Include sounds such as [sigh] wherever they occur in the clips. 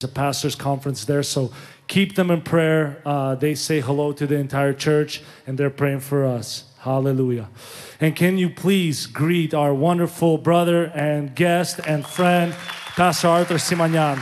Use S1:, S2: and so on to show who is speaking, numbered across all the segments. S1: a pastors conference there so keep them in prayer uh, they say hello to the entire church and they're praying for us hallelujah and can you please greet our wonderful brother and guest and friend pastor arthur simanyan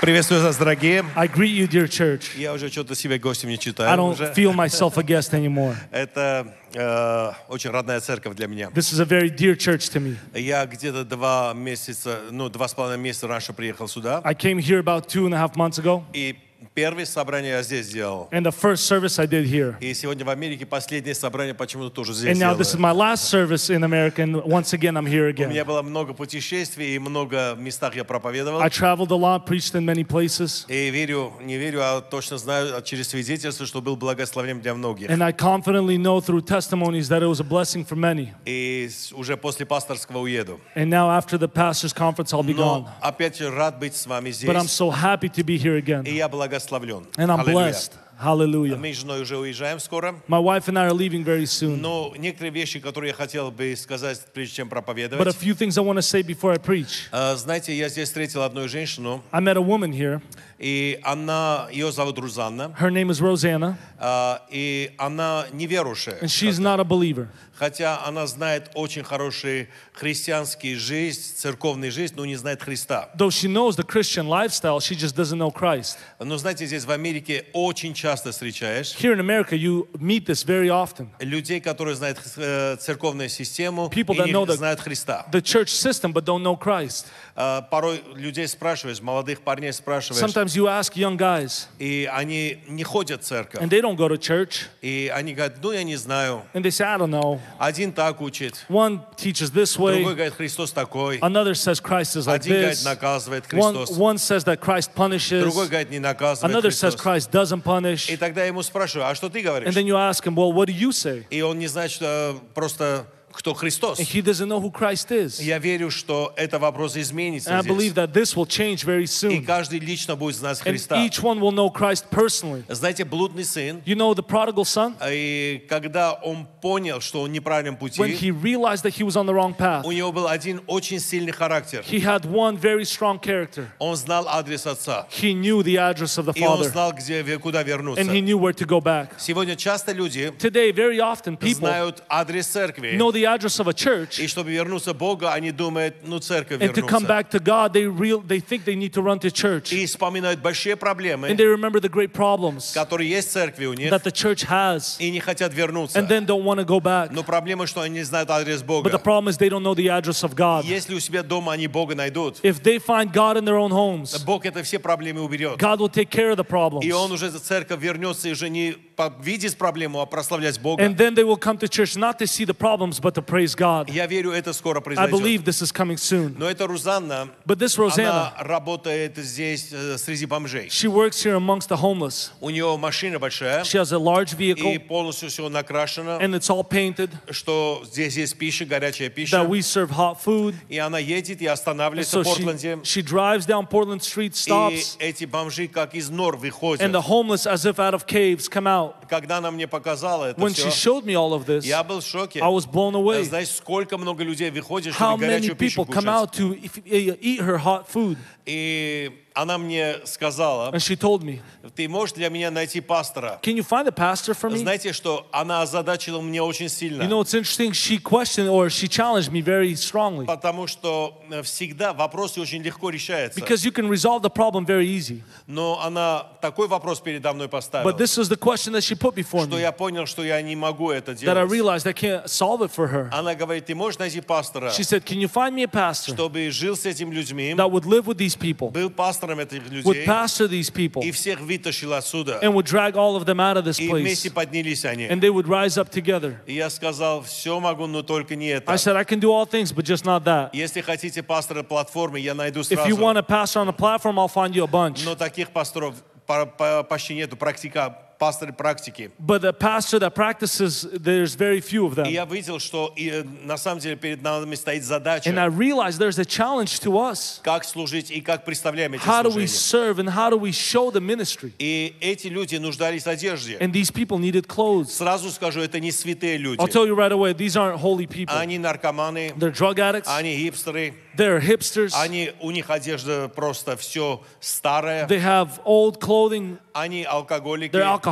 S2: Приветствую вас, дорогие.
S1: i greet you dear church
S2: Я уже что-то себя гостем не
S1: i
S2: читаю.
S1: don't
S2: уже.
S1: feel myself a guest anymore
S2: Это э, очень родная церковь для меня.
S1: this is a very dear church to me
S2: Я где-то два месяца, ну, два с половиной месяца раньше приехал сюда.
S1: i came here about two and a half months ago
S2: И первое собрание я здесь сделал.
S1: and the first service i did here
S2: И сегодня в Америке последнее собрание почему-то тоже здесь
S1: and now
S2: сделаю.
S1: this is my last service in america and once again i'm here
S2: У
S1: again
S2: меня было много путешествий, и много местах я проповедовал.
S1: I traveled a lot, preached in many places,
S2: И верю, не верю, а точно знаю а через свидетельство, что был благословением для многих.
S1: and I confidently know through testimonies that it was a blessing for many.
S2: И с- уже после пасторского уеду.
S1: And now, after the pastors' conference, I'll be
S2: Но
S1: gone.
S2: опять же рад быть с вами
S1: But I'm
S2: здесь.
S1: so happy to be here
S2: И
S1: again,
S2: я благословлен.
S1: and I'm
S2: Аллилуйя.
S1: blessed. Hallelujah.
S2: Мы с женой уже уезжаем скоро.
S1: My wife and I are leaving very soon,
S2: Но некоторые вещи, которые я хотел бы сказать, прежде чем
S1: but a
S2: проповедовать.
S1: few things I want to say before I preach.
S2: Э, Знаете, я здесь встретил одну женщину,
S1: I met a woman here.
S2: и она, ее зовут Рузанна,
S1: Her name is Rosanna,
S2: э, и она неверующая,
S1: and she's not a believer.
S2: хотя она знает очень хороший христианский жизнь, церковный жизнь, но не знает Христа.
S1: Though she knows the Christian lifestyle, she just doesn't know Christ.
S2: Но знаете, здесь в Америке очень часто встречаешь
S1: Here in America, you meet this very often.
S2: людей, которые знают э, церковную систему
S1: People
S2: и
S1: that
S2: не
S1: know the-
S2: знают Христа.
S1: The church system, but don't know Christ.
S2: Э, Порой людей спрашиваешь, молодых парней спрашиваешь,
S1: Sometimes you ask young guys,
S2: и они не ходят в церковь.
S1: and they don't go to church.
S2: И они говорят, ну я не знаю.
S1: And they say, I don't know.
S2: Один так учит,
S1: One teaches this
S2: другой
S1: way,
S2: говорит, Христос такой.
S1: another says Christ is like
S2: Один говорит,
S1: this.
S2: наказывает
S1: One,
S2: Христос.
S1: one says that Christ punishes,
S2: Другой говорит, не наказывает
S1: another says
S2: Христос.
S1: Christ doesn't punish.
S2: И тогда я ему спрашиваю, а что ты
S1: And
S2: говоришь?
S1: then you ask him, Well, what do you say?
S2: И он не знает, что э, просто кто Христос.
S1: And he doesn't know who Christ is.
S2: Я верю, что это вопрос
S1: And
S2: изменится
S1: I
S2: здесь.
S1: believe that this will change very
S2: И
S1: soon.
S2: каждый лично будет знать
S1: And
S2: Христа.
S1: each one will know Christ personally.
S2: Знаете, блудный сын,
S1: You know, the prodigal son,
S2: э, и когда он понял, что он в неправильном
S1: when
S2: пути,
S1: he realized that he was on the wrong path,
S2: у него был один очень сильный характер.
S1: he had one very strong character.
S2: Он знал адрес отца.
S1: He knew the address of the
S2: И он
S1: Father,
S2: знал, где, куда вернуться.
S1: and he knew where to go back.
S2: Сегодня часто люди
S1: Today, very often, people
S2: знают адрес церкви.
S1: know the address of a church
S2: И чтобы вернуться к Богу, они думают, ну, церковь
S1: and to come
S2: вернуться.
S1: back to God, they real they think they need to run to church
S2: И вспоминают большие проблемы,
S1: and they remember the great problems
S2: которые есть в церкви у них,
S1: that the church has
S2: и не хотят вернуться.
S1: and then don't want to go back.
S2: Но проблема, что они не знают адрес
S1: But the
S2: Бога.
S1: problem is they don't know the address of God.
S2: Если у себя дома они Бога найдут,
S1: If they find God in their own homes,
S2: Бог это все проблемы уберет.
S1: God will take care of the problems.
S2: И он уже за церковь вернется и уже не по- видеть проблему, а прославлять Бога.
S1: And then they will come to church not to see the problems but to praise God.
S2: Я верю, это скоро
S1: I
S2: произойдет.
S1: believe this is coming soon.
S2: Но это Рузанна,
S1: But this Rosanna,
S2: она работает здесь э, среди бомжей.
S1: she works here amongst the homeless.
S2: У нее машина большая,
S1: She has a large
S2: и
S1: vehicle
S2: полностью все накрашено,
S1: and it's all painted
S2: что здесь есть пища, горячая
S1: that
S2: пища.
S1: we serve hot food.
S2: И она едет и останавливается
S1: So
S2: в Портленде.
S1: she, she drives down Portland Street,
S2: И
S1: stops,
S2: эти бомжи как из нор
S1: and the
S2: выходят.
S1: homeless, as if out of caves, come out.
S2: Когда она мне показала это
S1: When she
S2: все,
S1: showed me all of this,
S2: я был в шоке. Э,
S1: I was blown away.
S2: Знаешь, сколько много людей выходит,
S1: А How
S2: чтобы
S1: many
S2: горячую пищу
S1: people come
S2: кушать.
S1: out to if- eh, eat her hot food?
S2: И она мне сказала,
S1: And she told me,
S2: ты можешь для меня найти пастора?
S1: Can you find a pastor for me?
S2: Знаете, что она озадачила меня очень сильно.
S1: Э. You know, it's interesting. She questioned or she challenged me very strongly
S2: Потому что э, всегда вопросы очень легко решаются.
S1: because you can resolve the problem very easy.
S2: Но она такой вопрос передо мной поставила,
S1: But this was the question that she put before
S2: что
S1: me
S2: я понял, что я не могу это
S1: that I
S2: делать.
S1: realized I can't solve it for her.
S2: Она говорит, ты можешь найти пастора,
S1: She said, Can you find me a pastor
S2: чтобы жил с этими людьми,
S1: that would live with these people,
S2: был пастором этих
S1: would
S2: людей,
S1: pastor these people?
S2: и всех вытащил отсюда.
S1: and would drag all of them out of this
S2: И
S1: place
S2: вместе поднялись они.
S1: and they would rise up together
S2: И я сказал, все могу, но только не это.
S1: i said i can do all things but just not that
S2: Если хотите пастора платформы, я найду
S1: if you
S2: сразу.
S1: want a pastor on a platform i'll find you a bunch
S2: Но таких пасторов по- по- почти нету, практика пастырь практики.
S1: But the pastor that practices, there's very few of
S2: И
S1: them.
S2: я видел, что и, э, на самом деле перед нами стоит
S1: And
S2: задача,
S1: I realized there's a challenge to us.
S2: как служить и как представляем эти
S1: How do we
S2: служения.
S1: serve and how do we show the ministry?
S2: И эти люди нуждались в одежде.
S1: And these people needed clothes.
S2: Сразу скажу, это не святые люди.
S1: I'll tell you right away, these aren't holy people.
S2: Они наркоманы,
S1: They're drug addicts,
S2: они гипстеры,
S1: they're hipsters,
S2: они, у них одежда просто все старое,
S1: they have old clothing,
S2: они алкоголики.
S1: they're alcoholics,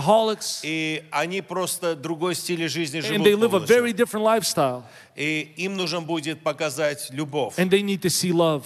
S2: И они просто другой стиле жизни живут.
S1: and they live a
S2: полностью.
S1: very different lifestyle.
S2: И им нужно будет показать любовь.
S1: And they need to see love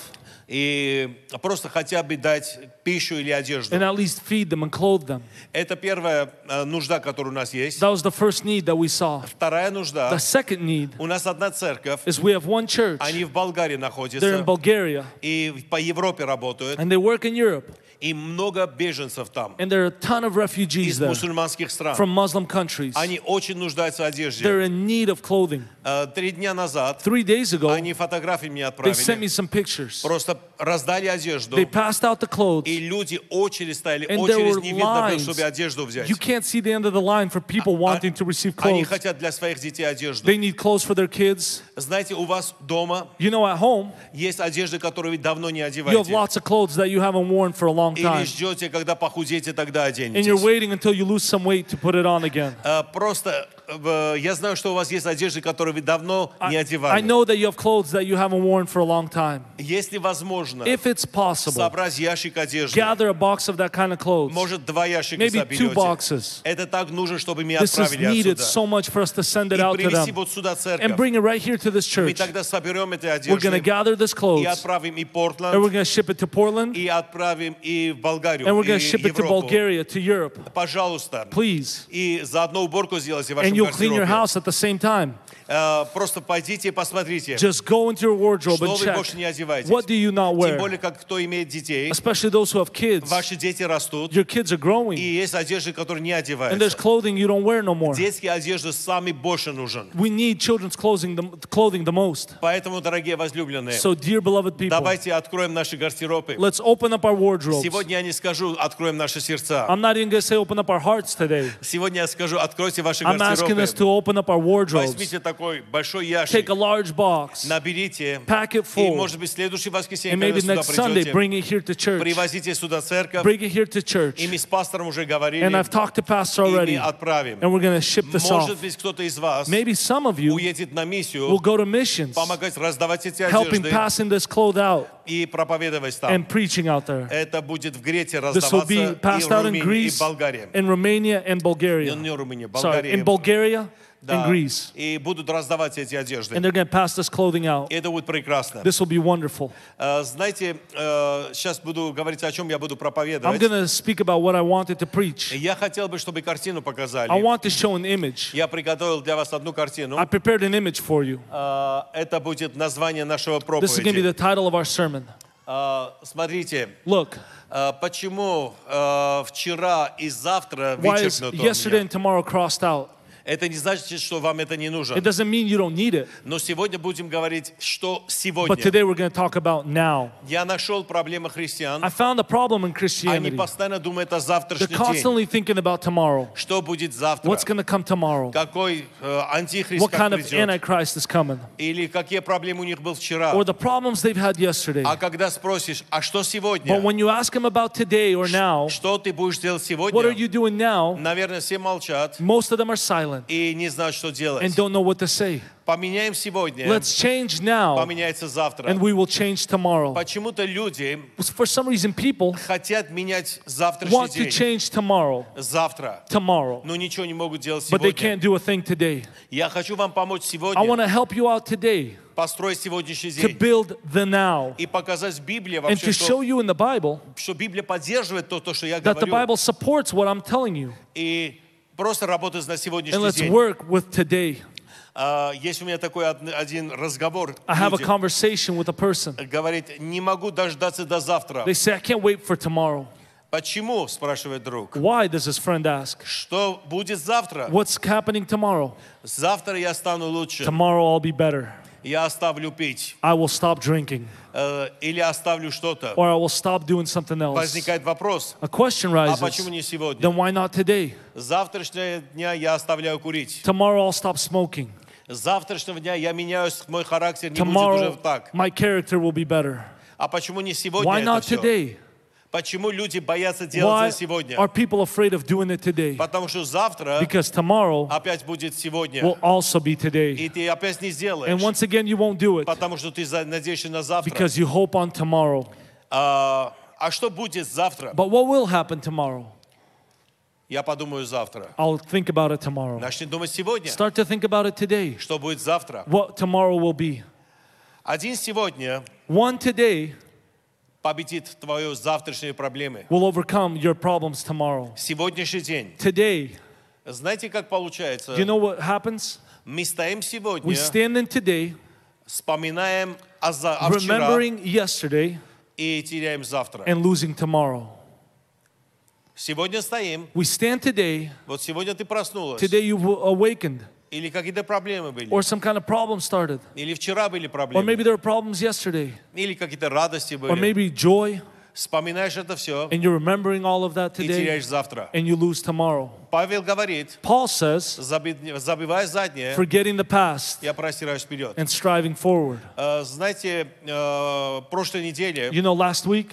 S2: И просто хотя бы дать пищу или одежду.
S1: and at least feed them and clothe them.
S2: Это первая э, нужда, которая у нас есть.
S1: That was the first need that we saw.
S2: Вторая нужда.
S1: The second need
S2: У нас одна церковь.
S1: is we have one church,
S2: Они в Болгарии
S1: they're in
S2: находятся.
S1: Bulgaria,
S2: И в- по Европе работают.
S1: and they work in Europe,
S2: И много беженцев там.
S1: and there are a ton of refugees
S2: Из
S1: there
S2: мусульманских стран.
S1: from Muslim countries.
S2: Они очень нуждаются в одежде.
S1: They're in need of clothing.
S2: Э, Три дня назад
S1: Three days ago,
S2: они фотографии мне
S1: they sent me
S2: отправили.
S1: some пictures.
S2: Просто раздали одежду.
S1: They passed out the clothes.
S2: И люди очередь стояли,
S1: And there
S2: очередь
S1: were
S2: не видно было,
S1: lines.
S2: чтобы одежду взять.
S1: You can't see the end of the line for people wanting to receive
S2: Они
S1: clothes.
S2: хотят для своих детей одежду.
S1: They need clothes for their kids.
S2: Знаете, у вас дома
S1: You know, at home,
S2: есть одежда, которую вы давно не
S1: you have
S2: одеваете.
S1: lots of clothes that you haven't worn for a long
S2: Или
S1: time.
S2: ждете, когда похудеете, тогда
S1: And you're
S2: оденетесь.
S1: waiting until you lose some weight to put it on again.
S2: Э, Просто э, я знаю, что у вас есть одежда, которую вы давно не
S1: А, I, I
S2: одевали.
S1: know that you have clothes that you haven't worn for a long time.
S2: Если возможно,
S1: If it's possible,
S2: собрать ящик одежды.
S1: gather a box of that kind of clothes,
S2: Может, два ящика
S1: maybe two
S2: соберете.
S1: boxes.
S2: Это так нужно, чтобы меня
S1: This is
S2: отправили
S1: needed
S2: отсюда.
S1: so much for us to send
S2: И
S1: it out to
S2: привезти
S1: them
S2: вот сюда
S1: and
S2: церковь.
S1: bring it right here to this
S2: Мы
S1: church.
S2: тогда соберем эти
S1: We're going to
S2: одежды
S1: gather this
S2: и
S1: clothes
S2: отправим и
S1: and we're
S2: Портланд,
S1: going to ship it to Portland
S2: и отправим и в Болгарию,
S1: and we're
S2: и
S1: going to ship it to
S2: Европу.
S1: Bulgaria, to Europe.
S2: Пожалуйста.
S1: Please.
S2: И заодно уборку сделайте в вашем
S1: and you'll clean your
S2: гардеробе.
S1: house at the same time.
S2: Э, просто пойдите и посмотрите,
S1: Just go into your wardrobe
S2: что
S1: and
S2: вы
S1: check.
S2: больше не одеваетесь.
S1: What do you not
S2: Тем
S1: wear?
S2: более, как кто имеет детей,
S1: Especially those who have kids.
S2: ваши дети растут,
S1: Your kids are
S2: и
S1: growing,
S2: есть одежда, которая не
S1: and there's
S2: одевается.
S1: clothing you don't wear no more.
S2: Детские одежды сами больше нужен.
S1: We need children's clothing the, clothing the most.
S2: Поэтому, дорогие возлюбленные,
S1: So, dear beloved people,
S2: давайте откроем наши гардеробы.
S1: let's open up our wardrobes.
S2: Сегодня я не скажу, откроем наши сердца.
S1: I'm not even going to say open up our hearts today.
S2: Сегодня я скажу, откройте ваши
S1: I'm asking
S2: гардеробы.
S1: us to open up our wardrobes.
S2: Возьмите такой большой
S1: Take
S2: ящик,
S1: a large box,
S2: наберите,
S1: pack it
S2: и,
S1: full,
S2: может быть, следующий воскресенье,
S1: and
S2: когда
S1: maybe
S2: сюда
S1: next Sunday
S2: придете,
S1: bring it here to church.
S2: привозите сюда церковь,
S1: Bring it here to
S2: и
S1: church.
S2: мы с пастором уже говорили,
S1: And I've talked to Pastor
S2: и
S1: already.
S2: мы отправим.
S1: and we're going to ship this off.
S2: Может быть, кто-то из вас
S1: Maybe some of you
S2: уедет на
S1: will
S2: миссию,
S1: go to missions,
S2: помогать раздавать эти
S1: helping
S2: одежды
S1: passing this cloth out
S2: и проповедовать там.
S1: and preaching out there.
S2: Это будет в Грете
S1: This will
S2: раздаваться
S1: be
S2: и
S1: passed
S2: в
S1: out in
S2: Румынии, и в
S1: Greece,
S2: Болгарии.
S1: in Romania, and
S2: Не,
S1: Bulgaria.
S2: не Румыния,
S1: Sorry, in
S2: Болгария.
S1: Bulgaria
S2: Да.
S1: and Greece.
S2: И будут раздавать эти одежды.
S1: And they're going to pass this clothing out.
S2: И это будет прекрасно.
S1: This will be wonderful.
S2: Э, Знаете, сейчас буду говорить, о чем я буду
S1: I'm
S2: проповедовать.
S1: going to speak about what I wanted to preach.
S2: Я хотел бы, чтобы картину
S1: I
S2: показали.
S1: want to show an image.
S2: Я приготовил для вас одну
S1: I
S2: картину.
S1: prepared an image for you.
S2: Э, Это будет название нашего
S1: This is going to be
S2: проповеди.
S1: the title of our sermon.
S2: Э, Смотрите,
S1: Look,
S2: э, почему э, вчера и завтра
S1: why is
S2: вычеркнуто у
S1: yesterday
S2: меня?
S1: and tomorrow crossed out?
S2: Это не значит, что вам это не нужно.
S1: It doesn't mean you don't need it.
S2: Но сегодня будем говорить, что
S1: But
S2: сегодня.
S1: today we're going to talk about now.
S2: Я нашел проблемы христиан.
S1: I found a problem in
S2: Они
S1: Christianity.
S2: постоянно думают о
S1: They're
S2: завтрашний день.
S1: constantly thinking about tomorrow.
S2: Что будет завтра?
S1: What's going to come tomorrow?
S2: Какой э, антихрист
S1: What
S2: как
S1: kind of
S2: придет?
S1: antichrist is Uh, coming?
S2: Или какие проблемы у них был вчера?
S1: Or the problems they've had yesterday.
S2: А когда спросишь, а что
S1: But
S2: сегодня?
S1: when you ask them about today or now,
S2: Что ты будешь делать
S1: what are
S2: сегодня?
S1: you doing now?
S2: Наверное, все молчат
S1: Most of them are silent
S2: и не знают, что
S1: and
S2: делать.
S1: don't know what to say.
S2: Поменяем сегодня,
S1: Let's change now
S2: поменяется
S1: and
S2: завтра.
S1: we will change tomorrow.
S2: Почему-то люди
S1: For some reason, people
S2: хотят менять
S1: want to
S2: завтрашний день.
S1: change tomorrow,
S2: Завтра.
S1: tomorrow,
S2: Но ничего не могут делать
S1: but they
S2: сегодня.
S1: can't do a thing today.
S2: Я хочу вам помочь
S1: I want
S2: сегодня
S1: to help you out today
S2: построить сегодняшний
S1: to
S2: день
S1: build the now
S2: и показать Библии
S1: and
S2: вообще,
S1: to
S2: что
S1: show you in the Bible
S2: что Библия поддерживает то, то, что я
S1: that the
S2: говорю,
S1: Bible supports what I'm telling you.
S2: и просто работать на
S1: And
S2: сегодняшний
S1: let's
S2: день.
S1: work with today.
S2: А, Есть у меня такой од- один разговор.
S1: I have a
S2: Люди
S1: conversation with a person.
S2: Говорит, не могу дождаться до завтра.
S1: They say, I can't wait for tomorrow.
S2: Почему, спрашивает друг.
S1: Why does his friend ask?
S2: Что будет завтра?
S1: What's happening tomorrow?
S2: Завтра я стану лучше.
S1: Tomorrow I'll be better.
S2: я оставлю пить
S1: I will stop drinking
S2: э, или оставлю что-то,
S1: or I will stop doing something else.
S2: возникает вопрос,
S1: A question
S2: а почему
S1: rises
S2: не сегодня?
S1: then why not today?
S2: С завтрашнего дня я оставляю курить.
S1: Tomorrow I'll stop smoking.
S2: С завтрашнего дня я меняюсь, мой характер не будет
S1: Tomorrow
S2: уже так.
S1: my character will be better.
S2: А почему не сегодня
S1: Why
S2: это
S1: not
S2: всё?
S1: today?
S2: Почему люди боятся делать
S1: Why
S2: это сегодня?
S1: are people afraid of doing it today?
S2: Потому что завтра
S1: Because tomorrow
S2: опять будет сегодня.
S1: will also be today.
S2: И ты опять не сделаешь,
S1: And once again, you won't do it
S2: потому что ты за- надеешься на завтра.
S1: because you hope on tomorrow.
S2: А, а что будет завтра?
S1: But what will happen tomorrow?
S2: Я подумаю завтра.
S1: I'll think about it tomorrow.
S2: Начни думать сегодня,
S1: Start to think about it today.
S2: что будет завтра.
S1: What tomorrow will be.
S2: Один сегодня
S1: One today
S2: победит твои завтрашние проблемы.
S1: will overcome your problems tomorrow.
S2: Сегодняшний день.
S1: Today,
S2: Знаете, как получается?
S1: you know what happens?
S2: Мы стоим сегодня,
S1: We stand in today,
S2: вспоминаем о, за- о вчера
S1: remembering yesterday
S2: и теряем завтра.
S1: and losing tomorrow.
S2: Сегодня стоим.
S1: We stand today,
S2: Вот сегодня ты проснулась.
S1: today you were awakened,
S2: Или какие-то проблемы были.
S1: or some kind of problem started,
S2: Или вчера были
S1: or
S2: проблемы.
S1: maybe there were problems yesterday,
S2: Или какие-то радости
S1: or
S2: были.
S1: maybe joy,
S2: Вспоминаешь это все
S1: and you're remembering all of that
S2: и
S1: today
S2: теряешь завтра.
S1: and you lose tomorrow.
S2: Павел говорит,
S1: Paul says,
S2: заби- забивая заднее,
S1: forgetting the past
S2: я простираюсь вперед.
S1: and striving forward.
S2: Э, Знаете, э, прошлой неделе
S1: You know, last week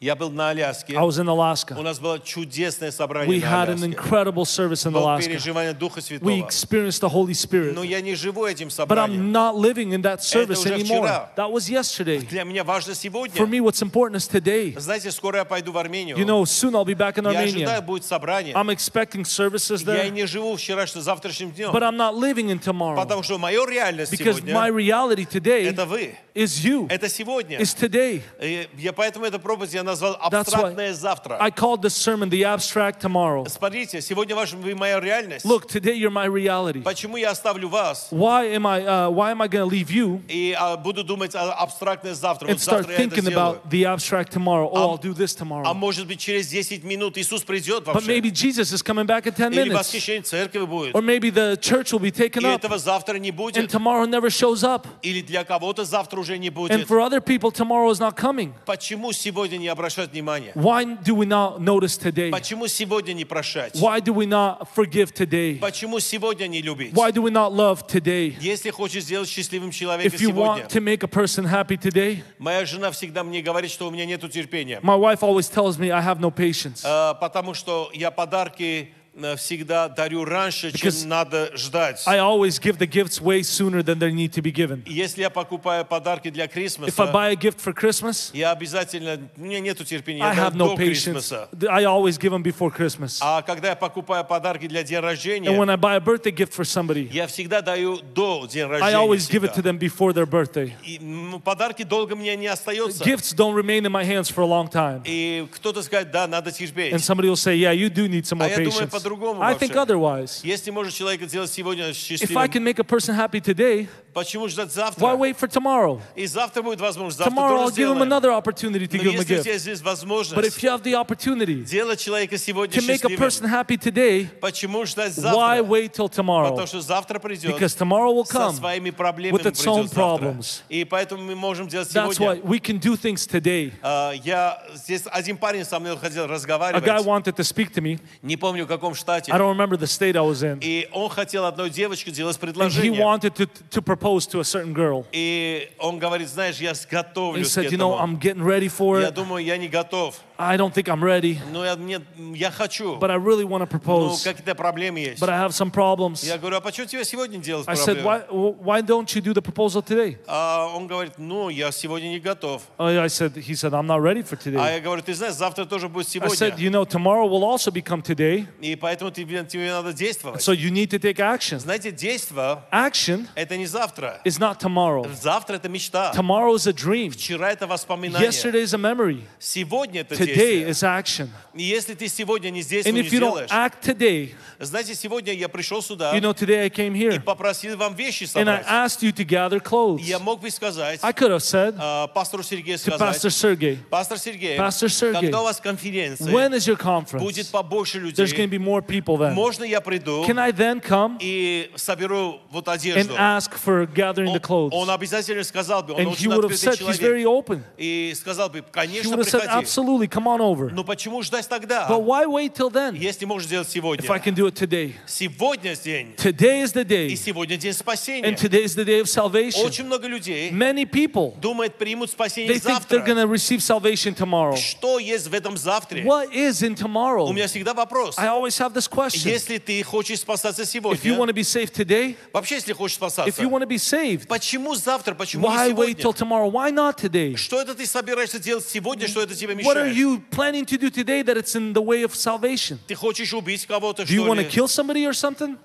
S2: я был на Аляске.
S1: I was in
S2: У
S1: Alaska.
S2: нас было чудесное собрание
S1: We
S2: на
S1: had an
S2: Аляске.
S1: incredible service in
S2: Было
S1: Alaska.
S2: переживание Духа
S1: We
S2: Святого.
S1: experienced the Holy
S2: Но
S1: Spirit.
S2: я не живу этим
S1: But
S2: собранием.
S1: I'm not living in that service
S2: уже
S1: anymore.
S2: вчера.
S1: That was yesterday.
S2: Для меня важно
S1: For
S2: сегодня.
S1: me, what's important is today.
S2: Знаете, скоро я пойду в Армению.
S1: You know, soon I'll be back in
S2: я ожидаю,
S1: Armenia.
S2: будет собрание.
S1: I'm expecting services
S2: Я
S1: there,
S2: и не живу вчерашним, завтрашним днем.
S1: but I'm not living in tomorrow
S2: Потому что моя реальность
S1: because
S2: сегодня
S1: my reality today
S2: это вы.
S1: is you,
S2: Это сегодня.
S1: is today.
S2: И я поэтому эту проповедь я назвал
S1: why-
S2: абстрактное завтра.
S1: I called this sermon the abstract tomorrow.
S2: Смотрите, сегодня ваша вы моя реальность.
S1: Look, today you're my reality.
S2: Почему я оставлю вас
S1: Why am I? Uh, why am I going to leave you
S2: и а, буду думать о абстрактное завтра?
S1: and
S2: Вот
S1: start
S2: завтра я это
S1: thinking
S2: сделаю.
S1: about the abstract tomorrow? Oh,
S2: А-
S1: I'll do this
S2: А
S1: tomorrow.
S2: может быть через 10 минут Иисус придет
S1: But
S2: вообще?
S1: maybe Jesus is coming back in ten
S2: Или
S1: minutes,
S2: восхищение церкви будет.
S1: or maybe the church will be taken
S2: И
S1: up,
S2: этого завтра не
S1: and
S2: будет.
S1: tomorrow never shows up,
S2: Или для кого-то завтра уже не
S1: and
S2: будет.
S1: for other people tomorrow is not coming.
S2: Почему сегодня не обращать внимания?
S1: Why do we not notice today?
S2: Почему сегодня не прощать?
S1: Why do we not forgive today?
S2: Почему сегодня не любить?
S1: Why do we not love today?
S2: Если хочешь сделать счастливым человека
S1: If you
S2: сегодня,
S1: want to make a person happy today,
S2: моя жена всегда мне говорит, что у меня нету терпения,
S1: my wife always tells me I have no patience
S2: Э, потому что я подарки э, всегда дарю раньше,
S1: Because
S2: чем надо ждать.
S1: I always give the gifts way sooner than they need to be given.
S2: Если я покупаю подарки для
S1: If I
S2: Крисмаса,
S1: buy a gift for Christmas,
S2: я обязательно, у меня нету терпения, я
S1: I have
S2: дарю
S1: no
S2: до
S1: patience.
S2: Крисмаса.
S1: I always give them before Christmas.
S2: А когда я покупаю подарки для дня рождения,
S1: And when I buy a birthday gift for somebody,
S2: я всегда даю до дня
S1: I
S2: рождения.
S1: always give it to
S2: всегда.
S1: them before their birthday.
S2: И, м, подарки долго мне не остаются.
S1: Gifts don't remain in my hands for a long time.
S2: И кто-то скажет, да, надо терпеть.
S1: And somebody will say, Yeah, you do need some more
S2: А я думаю,
S1: patience.
S2: по-другому
S1: I think
S2: вообще.
S1: otherwise.
S2: Если может человека сделать сегодня
S1: If
S2: счастливым,
S1: I can make a person happy today,
S2: почему ждать
S1: why
S2: завтра?
S1: wait for tomorrow?
S2: И завтра будет возможность, завтра
S1: Tomorrow I'll
S2: тоже
S1: give them
S2: сделаем.
S1: another opportunity to
S2: Но
S1: give them a
S2: если у
S1: gift.
S2: тебя есть
S1: But
S2: возможность
S1: if you have the opportunity
S2: делать человека сегодня
S1: to make a
S2: счастливым,
S1: person happy today,
S2: почему ждать
S1: why
S2: завтра?
S1: wait till tomorrow?
S2: Потому что завтра придет
S1: Because tomorrow will
S2: со
S1: come.
S2: своими проблемами
S1: with its
S2: придет
S1: own
S2: завтра.
S1: problems.
S2: И поэтому мы можем делать
S1: That's why
S2: сегодня.
S1: we can do things today.
S2: А, Я здесь один парень со мной хотел
S1: A guy
S2: разговаривать,
S1: wanted to speak to me.
S2: не помню в каком штате,
S1: I don't remember the state I was in.
S2: и он хотел одной девочке делать
S1: And he
S2: предложение.
S1: wanted to, to propose to a certain girl.
S2: И он говорит, знаешь, я
S1: He
S2: готовлюсь к
S1: said, You know,
S2: этому.
S1: I'm getting ready for
S2: Я
S1: it.
S2: думаю, я не готов.
S1: I don't think I'm ready,
S2: Но я, мне, я хочу.
S1: but I really want to
S2: Но
S1: propose.
S2: какие-то проблемы есть.
S1: But I have some problems.
S2: Я говорю, а почему тебе сегодня делать
S1: I said,
S2: проблемы?
S1: Why, why don't you do the proposal today?
S2: А он говорит, ну, я сегодня не готов.
S1: I said, He said, I'm not ready for
S2: А
S1: today.
S2: я говорю, ты знаешь, завтра тоже будет
S1: I said,
S2: сегодня.
S1: You know, tomorrow will also become today.
S2: И поэтому тебе, тебе надо действовать.
S1: So you need to take action.
S2: Знаете, действо
S1: Action
S2: — это не завтра.
S1: is not tomorrow.
S2: Завтра — это мечта.
S1: Tomorrow is a dream.
S2: Вчера — это воспоминание.
S1: Yesterday is a memory.
S2: Сегодня — это
S1: Today
S2: действие.
S1: is action.
S2: И если ты сегодня не здесь, ну,
S1: And
S2: не
S1: if you don't
S2: сделаешь.
S1: act today,
S2: Знаете, сегодня я пришел сюда
S1: you know, today I came
S2: и
S1: here
S2: попросил вам вещи
S1: and I
S2: собрать.
S1: asked you to gather
S2: И
S1: clothes.
S2: Я мог бы сказать,
S1: I could have said
S2: а, пастору Сергею
S1: to
S2: сказать,
S1: Pastor Sergey,
S2: пастор Сергей,
S1: Пастор Сергей,
S2: когда у вас конференция,
S1: when is your
S2: будет
S1: conference?
S2: побольше людей,
S1: There's going to be more people then.
S2: можно я приду
S1: Can I then come
S2: и соберу вот
S1: and
S2: одежду?
S1: ask for gathering the
S2: он, он
S1: clothes?
S2: обязательно сказал бы, он
S1: And he
S2: очень
S1: would have
S2: открытый
S1: said, he's
S2: человек,
S1: very open.
S2: и сказал бы,
S1: He
S2: конечно,
S1: would have said,
S2: приходи.
S1: absolutely, come on over.
S2: Но почему ждать тогда,
S1: But why wait till then
S2: если можешь сделать
S1: if I
S2: сегодня?
S1: can do it today?
S2: Сегодня день,
S1: Today is the
S2: и
S1: day,
S2: сегодня день спасения.
S1: and today is the day of salvation.
S2: Очень много людей
S1: Many people,
S2: думают, примут спасение
S1: they think they're
S2: завтра.
S1: going to receive salvation tomorrow.
S2: Что есть в этом завтра?
S1: What is in
S2: У
S1: tomorrow?
S2: меня всегда вопрос.
S1: I always have this question.
S2: Если ты хочешь спасаться
S1: If you want
S2: сегодня,
S1: to be saved today,
S2: вообще, если хочешь
S1: if
S2: спасаться,
S1: you want to be saved,
S2: почему завтра, почему
S1: why
S2: не
S1: wait till
S2: сегодня?
S1: tomorrow? Why not today?
S2: Что это ты собираешься делать сегодня, что это тебе
S1: What are
S2: мешает?
S1: you planning to do today that it's in the way of salvation?
S2: Ты хочешь убить кого-то,
S1: Do you
S2: что
S1: want to
S2: ли?
S1: kill somebody or something?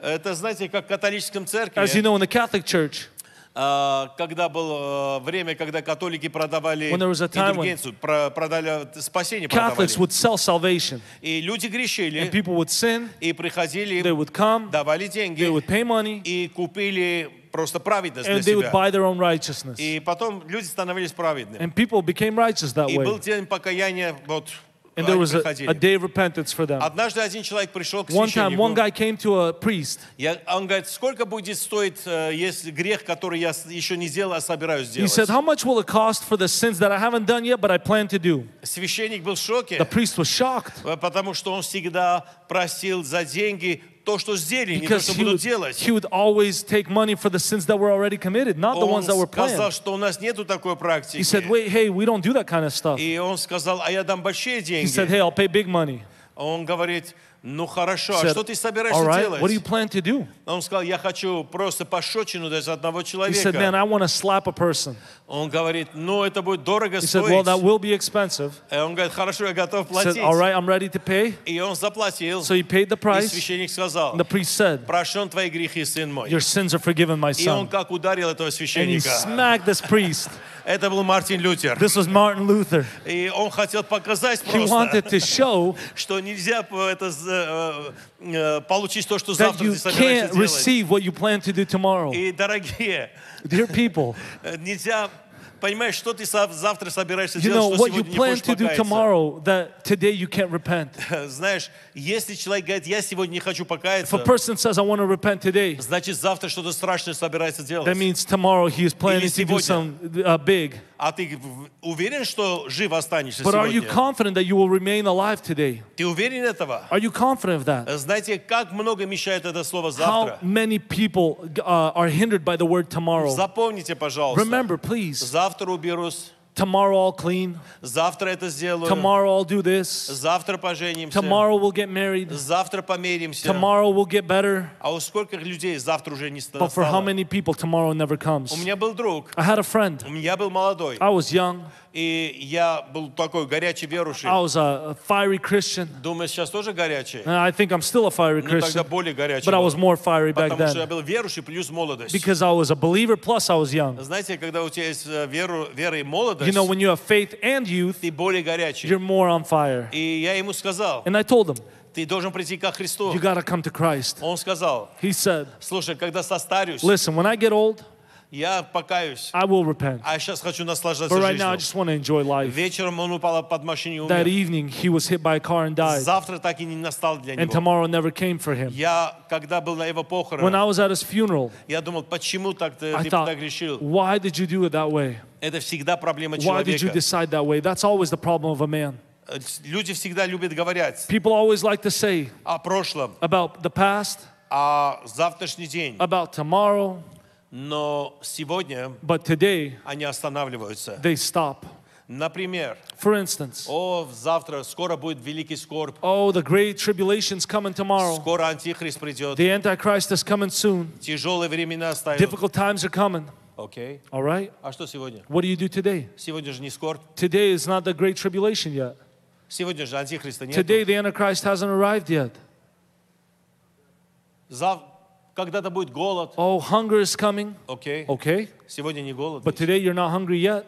S2: Это, знаете, как в католическом церкви,
S1: As you know, in the Catholic Church,
S2: а, когда было э, время, когда католики продавали
S1: When there was a time when-
S2: индульгенцию, про- продали э, спасение, продавали.
S1: Catholics would sell salvation.
S2: И люди
S1: And
S2: грешили,
S1: people would sin,
S2: и приходили,
S1: they would come,
S2: давали
S1: they
S2: деньги
S1: would pay money,
S2: и купили просто праведность для
S1: and they would
S2: себя.
S1: buy their own righteousness.
S2: И потом люди становились праведными.
S1: And people became righteous that
S2: И был
S1: way.
S2: день покаяния, вот,
S1: And
S2: они
S1: there was a,
S2: приходили.
S1: a day of repentance for them.
S2: Однажды один человек пришел к
S1: One time,
S2: священнику.
S1: one guy came to a priest.
S2: Я- он говорит, сколько будет стоить, э, если грех, который я с- еще не сделал, а собираюсь
S1: He
S2: сделать?
S1: said, How much will it cost for the sins that I haven't done yet, but I plan to do?
S2: Священник был в шоке,
S1: The priest was shocked
S2: э, потому что он всегда просил за деньги то, что сделали, не то,
S1: because
S2: что
S1: he
S2: будут
S1: would,
S2: делать.
S1: he would always take money for the sins that were already committed, not the
S2: Он
S1: ones that were
S2: сказал,
S1: planned.
S2: что у нас нету такой
S1: He said,
S2: практики.
S1: Wait, hey, we don't do that kind of stuff.
S2: И он сказал, а я дам большие
S1: He said,
S2: деньги.
S1: Hey, I'll pay big money.
S2: Он говорит, ну хорошо, а
S1: Said,
S2: что ты
S1: All
S2: собираешься
S1: right, what do you
S2: делать?
S1: plan to do?
S2: Он сказал, я хочу просто пощечину дать одного
S1: He said, Man,
S2: человека.
S1: I want to slap a person.
S2: Он говорит, ну это будет дорого
S1: He said, Well,
S2: стоить.
S1: that will be expensive.
S2: Э, Он говорит, хорошо, я готов
S1: He said,
S2: платить.
S1: All right, I'm ready to pay.
S2: И он заплатил.
S1: So he paid the
S2: И
S1: price.
S2: священник сказал,
S1: And the priest said,
S2: прощен твои грехи, сын мой.
S1: Your sins are forgiven, my
S2: И он
S1: son.
S2: как ударил этого
S1: And he
S2: священника.
S1: smacked this [laughs] priest.
S2: Это был Мартин Лютер.
S1: This was Martin Luther.
S2: И он хотел показать
S1: He
S2: просто,
S1: wanted to [laughs] show
S2: что нельзя э, это, э, э, получить то, что
S1: that
S2: завтра
S1: you
S2: ты собираешься
S1: can't
S2: делать.
S1: receive what you plan to do tomorrow.
S2: И, дорогие,
S1: [laughs] Dear people,
S2: э, нельзя... Понимаешь, что ты со- завтра собираешься
S1: you know
S2: делать, что
S1: what you
S2: сегодня не
S1: plan
S2: хочешь
S1: to do
S2: покаяться.
S1: tomorrow that today you can't [laughs] repent.
S2: [laughs] Знаешь, если человек говорит, я сегодня не хочу
S1: If a
S2: покаяться,
S1: person says, I want to repent today,
S2: значит завтра что-то страшное собирается
S1: that
S2: делать.
S1: means tomorrow he is planning to do
S2: сегодня.
S1: something uh, big.
S2: А ты в- уверен, что жив останешься
S1: But are you
S2: сегодня?
S1: confident that you will remain alive today?
S2: Ты уверен этого?
S1: Are you confident of that?
S2: Знаете, как много мешает это слово
S1: How
S2: завтра?
S1: many people uh, are hindered by the word tomorrow?
S2: Запомните, пожалуйста.
S1: Remember, please,
S2: Завтра уберусь,
S1: tomorrow I'll clean,
S2: завтра это сделаю,
S1: tomorrow I'll do this,
S2: завтра поженимся,
S1: tomorrow we'll get married,
S2: завтра помиримся.
S1: tomorrow we'll get better.
S2: А у скольких людей завтра уже не ста-
S1: But for how
S2: стало?
S1: many people tomorrow never comes?
S2: У меня был друг,
S1: I had a friend.
S2: у меня был молодой,
S1: I was young.
S2: и я был такой горячий верующий.
S1: I was a a fiery Christian.
S2: Думаю, сейчас тоже горячий?
S1: And I think I'm still a fiery
S2: Ну, тогда
S1: Christian,
S2: более горячий.
S1: but I
S2: был,
S1: was more fiery back
S2: Потому что я
S1: then
S2: был верующий плюс молодость.
S1: because I was a believer plus I was young.
S2: Знаете, когда у тебя есть э, веру, вера и молодость,
S1: You know, when you have faith and youth,
S2: ты более горячий.
S1: you're more on fire.
S2: И я ему сказал,
S1: And I told him,
S2: ты должен прийти ко Христу.
S1: You got to come to Christ.
S2: Он сказал,
S1: He said,
S2: слушай, когда состарюсь,
S1: Listen, when I get old,
S2: я покаюсь,
S1: I will repent.
S2: а сейчас хочу наслаждаться
S1: But right now, I
S2: жизнью.
S1: just want to enjoy life.
S2: Вечером он упал под машину и
S1: That
S2: умер.
S1: evening, he was hit by a car and died,
S2: Завтра так и не настал для
S1: and
S2: него.
S1: tomorrow never came for him.
S2: Я, когда был на его
S1: When
S2: похоронах,
S1: I was at his funeral,
S2: я думал, почему так ты,
S1: I
S2: ты
S1: thought,
S2: так решил?
S1: why did you do it that way?
S2: Это всегда проблема
S1: Why did you
S2: человека.
S1: decide that way? That's always the problem of a man.
S2: Э, Люди всегда любят говорить
S1: People always like to say
S2: о прошлом,
S1: about the past,
S2: о завтрашний день.
S1: about tomorrow,
S2: Но сегодня
S1: but today
S2: они останавливаются.
S1: they stop.
S2: Например,
S1: For instance,
S2: о, завтра скоро будет великий скорбь,
S1: oh, the great tribulation's coming tomorrow.
S2: скоро Антихрист придет,
S1: The Antichrist is coming soon.
S2: тяжелые времена стоят.
S1: Difficult times are coming.
S2: Окей.
S1: All right?
S2: А что сегодня?
S1: What do you do today?
S2: Сегодня же не скорбь.
S1: Today is not the great tribulation yet.
S2: Сегодня же Антихриста нет.
S1: Today, the Antichrist hasn't arrived yet.
S2: Зав... Когда-то будет голод.
S1: Oh, hunger is coming.
S2: Окей.
S1: Okay.
S2: Сегодня не голод.
S1: But today, you're not hungry yet.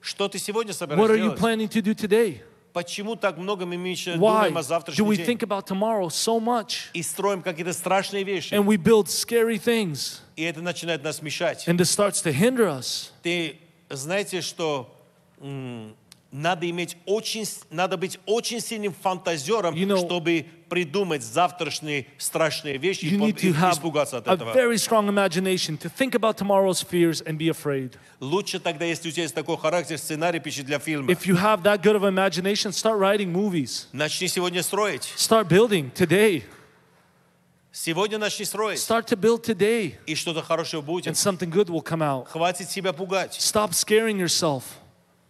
S2: Что ты сегодня
S1: What
S2: собираешься
S1: are you
S2: делать?
S1: planning to do today?
S2: Почему так много мы еще
S1: Why
S2: думаем о
S1: do
S2: завтрашнем
S1: we
S2: день?
S1: think about tomorrow so much?
S2: И строим какие-то страшные вещи.
S1: And we буild scary things,
S2: И это начинает нас мешать.
S1: and this starts to hinder us.
S2: Ты знаете, что м, надо иметь очень, с- надо быть очень сильным фантазером,
S1: You know-
S2: чтобы придумать завтрашние страшные вещи и
S1: You
S2: пом-
S1: need
S2: и
S1: to have
S2: испугаться от
S1: a
S2: этого.
S1: very strong imagination to think about tomorrow's fears and be afraid.
S2: Лучше тогда, если у тебя есть такой характер, сценарий пиши для фильма.
S1: If you have that good of imagination, start writing movies,
S2: Начни сегодня строить.
S1: start building today,
S2: Сегодня начни строить.
S1: start to build today,
S2: И что-то хорошее
S1: and
S2: будет.
S1: something good will come out.
S2: Хватит себя пугать.
S1: Stop scaring yourself.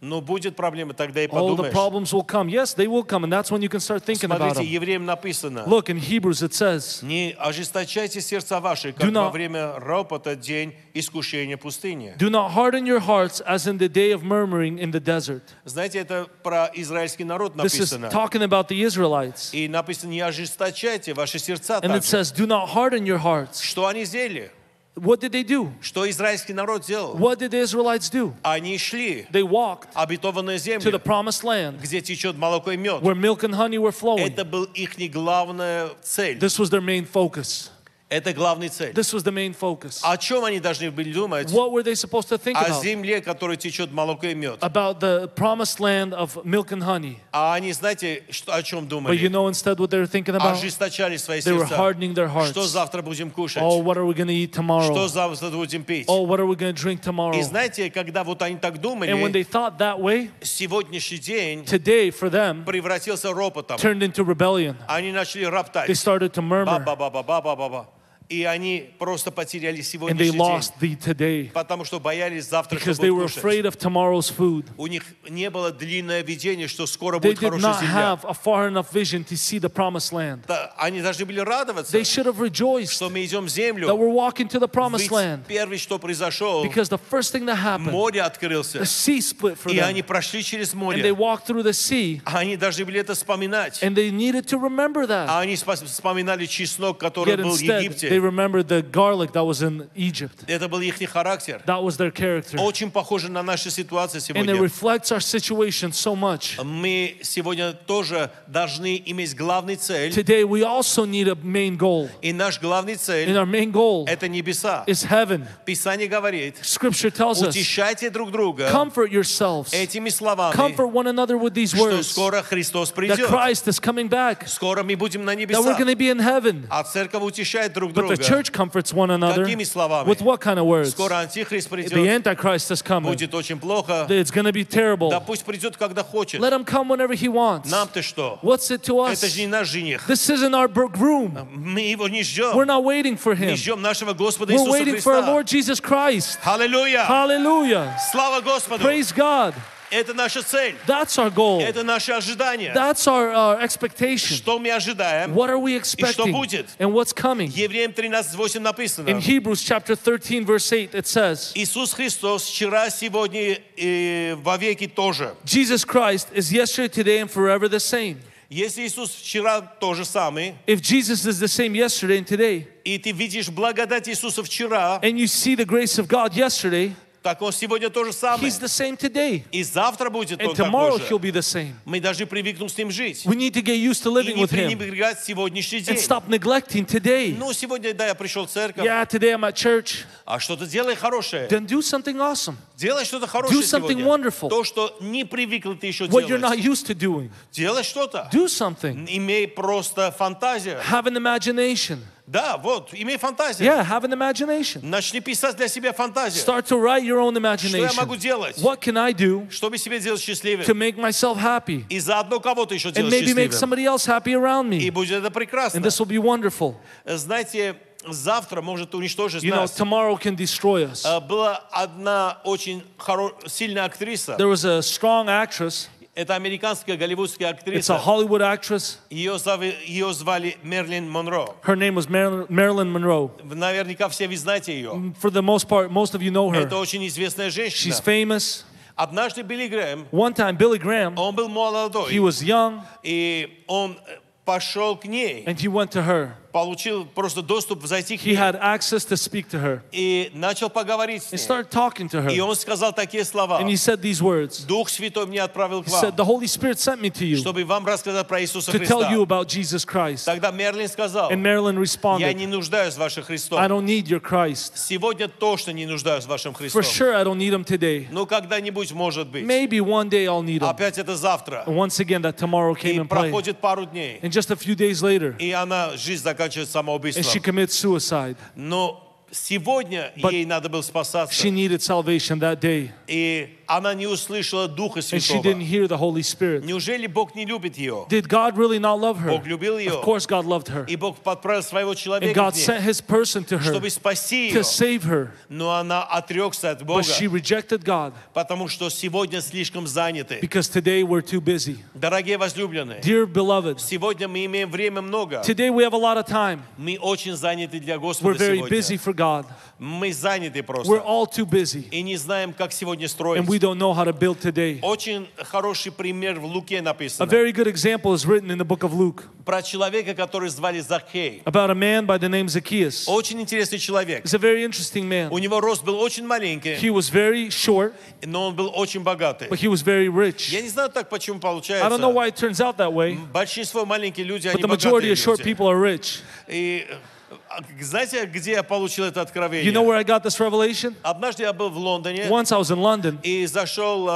S2: Но будет проблема, тогда и
S1: All the
S2: подумаешь.
S1: problems will come. Yes, they will come, and that's when you can start thinking about
S2: Смотрите,
S1: them.
S2: евреям написано.
S1: Look in Hebrews, it says,
S2: Не ожесточайте сердца ваши, как
S1: Do not-
S2: во время ропота день искушения пустыни.
S1: Do not harden your hearts as in the day of murmuring in the desert.
S2: Знаете, это про израильский народ
S1: This is
S2: написано.
S1: talking about the Israelites.
S2: И написано, не ожесточайте ваши сердца
S1: And it
S2: также.
S1: says, Do not harden your hearts.
S2: Что они сделали?
S1: What did they do?
S2: Что израильский народ делал?
S1: What did the Israelites do?
S2: Они шли
S1: They walked
S2: обетованную
S1: to the
S2: землю,
S1: promised land
S2: где течет молоко и мед.
S1: where milk and honey were flowing.
S2: Это был их не главная цель.
S1: This was their main focus.
S2: Это главная цель.
S1: This was the main focus.
S2: О чем они должны были думать?
S1: What were they supposed to think
S2: О
S1: about?
S2: земле, которая течет молоко и мед.
S1: About the promised land of milk and honey.
S2: А они, знаете, что, о чем
S1: But you
S2: думали?
S1: know instead what they were thinking about?
S2: Ожесточали свои
S1: They were
S2: сердца.
S1: hardening their
S2: Что
S1: hearts.
S2: завтра будем кушать?
S1: Oh, what are we going to eat
S2: Что
S1: tomorrow?
S2: завтра будем пить?
S1: Oh, what are we going to drink tomorrow?
S2: И знаете, когда вот они так
S1: And when
S2: думали,
S1: they thought that way,
S2: сегодняшний день
S1: today for them
S2: превратился ропотом.
S1: turned into rebellion.
S2: Они начали
S1: They
S2: роптать.
S1: started to murmur
S2: Ба-ба-ба-ба-ба-ба-ба. И они просто потеряли
S1: and they
S2: сегодняшний день,
S1: lost the today
S2: потому что боялись завтра, что
S1: because they were
S2: будут кушать.
S1: afraid of tomorrow's food.
S2: У них не было длинное видение, что скоро
S1: They
S2: будет
S1: did
S2: хорошая
S1: not
S2: земля.
S1: have a far enough vision to see the promised land.
S2: Да, Они должны были радоваться,
S1: They should have rejoiced
S2: что мы идем в
S1: that
S2: землю.
S1: we're walking to the promised
S2: Ведь
S1: land
S2: первое, что произошло,
S1: because the first thing that happened,
S2: море открылся,
S1: the sea split for
S2: и они
S1: them
S2: прошли через
S1: and they
S2: море.
S1: walked through the sea
S2: Они должны были это вспоминать.
S1: and they needed to remember that.
S2: А они спа- вспоминали чеснок, который
S1: Yet
S2: был в
S1: instead, they
S2: Египте.
S1: remembered the garlic that was in Egypt.
S2: Это был их характер.
S1: That was their character.
S2: Очень похоже на наши ситуации
S1: And it
S2: сегодня.
S1: reflects our situation so much.
S2: Мы сегодня тоже должны иметь главный цель.
S1: Today, we also need a main goal.
S2: И наш главный
S1: And
S2: цель
S1: our main
S2: –
S1: goal
S2: это небеса.
S1: is heaven.
S2: Писание говорит,
S1: Scripture tells us
S2: утешайте друг друга
S1: comfort yourselves,
S2: этими словами,
S1: comfort one another with these
S2: что
S1: words
S2: скоро Христос
S1: that
S2: придет.
S1: Christ is coming back,
S2: Скоро мы будем на
S1: that we're
S2: небесах.
S1: going to be in heaven.
S2: А церковь утешает друг
S1: But the
S2: друга.
S1: church comforts one another
S2: Какими словами?
S1: with what kind of words?
S2: Скоро Антихрист
S1: The
S2: придет,
S1: Antichrist is coming.
S2: будет очень плохо.
S1: It's going to be
S2: Да
S1: terrible.
S2: пусть придет, когда хочет.
S1: Let him come whenever he wants.
S2: Нам-то что?
S1: What's it to
S2: Это же
S1: us?
S2: не наш жених.
S1: This isn't our room.
S2: Мы его не
S1: We're
S2: ждем.
S1: not waiting for
S2: Мы
S1: him.
S2: ждем нашего Господа
S1: We're
S2: Иисуса
S1: waiting for our
S2: Христа.
S1: Lord Jesus Christ.
S2: Аллилуйя!
S1: Hallelujah.
S2: Слава Господу!
S1: Praise God.
S2: Это наша цель.
S1: That's our goal.
S2: Это наше ожидание.
S1: That's our, our expectation.
S2: Что мы ожидаем?
S1: What are we expecting?
S2: будет?
S1: And what's coming?
S2: Евреям 13.8
S1: In
S2: написано.
S1: Hebrews chapter 13, verse 8, it says,
S2: Иисус Христос вчера, сегодня и вовеки тоже.
S1: Jesus Christ is yesterday, today, and forever the same.
S2: Если Иисус вчера то же самый,
S1: If Jesus is the same yesterday and today,
S2: и ты видишь благодать Иисуса вчера,
S1: and you see the grace of God yesterday,
S2: так Он сегодня то же самое.
S1: He's the same today.
S2: И завтра будет
S1: And
S2: Он такой
S1: tomorrow He'll be
S2: же.
S1: the same.
S2: Мы должны привыкнуть с Ним жить.
S1: We need to get used to
S2: И
S1: living
S2: не
S1: with Him
S2: пренебрегать сегодняшний
S1: and
S2: день.
S1: stop neglecting today.
S2: Ну, сегодня, да, я пришел в церковь.
S1: Yeah, today I'm at church.
S2: А что-то делай хорошее.
S1: Then do something awesome.
S2: Делай что-то хорошее
S1: Do something
S2: сегодня.
S1: wonderful.
S2: То, что не привыкла ты еще
S1: What you're
S2: делать.
S1: not used to doing.
S2: Делай что-то.
S1: Do something.
S2: Имей просто фантазию.
S1: Have an imagination.
S2: Да, вот, имей фантазию.
S1: Yeah, have an imagination.
S2: Начни писать для себя фантазию.
S1: Start to write your own
S2: Что я могу
S1: imagination.
S2: делать?
S1: What can I do
S2: Чтобы себе делать счастливым.
S1: to make myself happy?
S2: И заодно кого-то еще
S1: And
S2: делать
S1: maybe make
S2: счастливым.
S1: somebody else happy around
S2: И
S1: me.
S2: будет это прекрасно.
S1: And this will be wonderful.
S2: Знаете, завтра может уничтожить
S1: You know, Uh,
S2: нас.
S1: tomorrow can destroy us.
S2: А, Была одна очень хоро- сильная актриса.
S1: There was a strong actress.
S2: Это американская голливудская
S1: It's a
S2: актриса.
S1: Hollywood actress.
S2: Ее, зови- ее звали Мерлин Монро.
S1: Her name was Marilyn Marilyn Monroe.
S2: Наверняка все вы знаете ее.
S1: For the most part, most of you know
S2: Это
S1: her.
S2: очень известная женщина.
S1: She's famous.
S2: Однажды Билли Грэм,
S1: Oh, One time, Billy Graham,
S2: он был
S1: he
S2: молодой,
S1: was young.
S2: и он э, пошел к ней,
S1: and he went to her.
S2: получил просто доступ зайти к
S1: He
S2: ней
S1: had access to speak to her
S2: и начал поговорить с
S1: and
S2: ней.
S1: started talking to her.
S2: И он сказал такие слова.
S1: And he said these words
S2: Дух Святой меня отправил к
S1: He
S2: вам,
S1: said, The Holy Spirit sent me to you
S2: чтобы вам рассказать про Иисуса
S1: to tell you
S2: Христа.
S1: about Jesus Christ.
S2: Тогда Мерлин сказал,
S1: And Marilyn
S2: я
S1: responded,
S2: не нуждаюсь в ваших
S1: I
S2: Христом.
S1: don't need your Christ.
S2: Сегодня точно не нуждаюсь в вашем
S1: For
S2: Христом.
S1: sure, I don't need him today.
S2: Но когда-нибудь может быть.
S1: Maybe one day I'll need him.
S2: Опять это завтра.
S1: And once again, that tomorrow
S2: И
S1: came in play.
S2: проходит пару дней.
S1: And just a few days later,
S2: И она, жизнь заканчивает
S1: and she
S2: самоубийством.
S1: commits suicide.
S2: Но сегодня
S1: But
S2: ей надо было спасаться.
S1: She needed salvation that day,
S2: И она не услышала Духа
S1: and she didn't
S2: Святого.
S1: hear the Holy Spirit.
S2: Неужели Бог не любит ее?
S1: Did God really not love her?
S2: Бог любил ее.
S1: Of course, God loved her.
S2: И Бог подправил своего
S1: And
S2: человека
S1: God
S2: к ней,
S1: sent His person to her
S2: чтобы спасти ее.
S1: to save her.
S2: Но она отрекся от Бога,
S1: But she rejected God
S2: потому что сегодня слишком заняты.
S1: because today we're too busy.
S2: Дорогие возлюбленные,
S1: Dear beloved,
S2: сегодня мы имеем время много.
S1: today we have a lot of time.
S2: Мы очень заняты для
S1: We're
S2: Господа
S1: very busy
S2: сегодня.
S1: for God.
S2: Мы заняты
S1: We're
S2: просто.
S1: all too busy,
S2: И не знаем, как сегодня строить.
S1: and we don't know how to build today.
S2: Очень хороший пример в Луке
S1: A
S2: написано.
S1: very good example is written in the book of Luke
S2: Про человека, который звали Захей.
S1: about a man by the name Zacchaeus.
S2: Очень интересный человек.
S1: He's a very interesting man.
S2: У него рост был очень маленький,
S1: He was very short,
S2: но он был очень богатый.
S1: but he was very rich.
S2: Я не знаю так, почему
S1: I don't know
S2: получается.
S1: why it turns out that way,
S2: Большинство маленьких людей,
S1: but
S2: они
S1: the majority
S2: богатые
S1: of short
S2: люди.
S1: people are rich.
S2: И э, а, знаете, где я получил это
S1: You know
S2: откровение?
S1: where I got this revelation?
S2: Однажды я был в Лондоне
S1: Once I was in London
S2: и зашел э,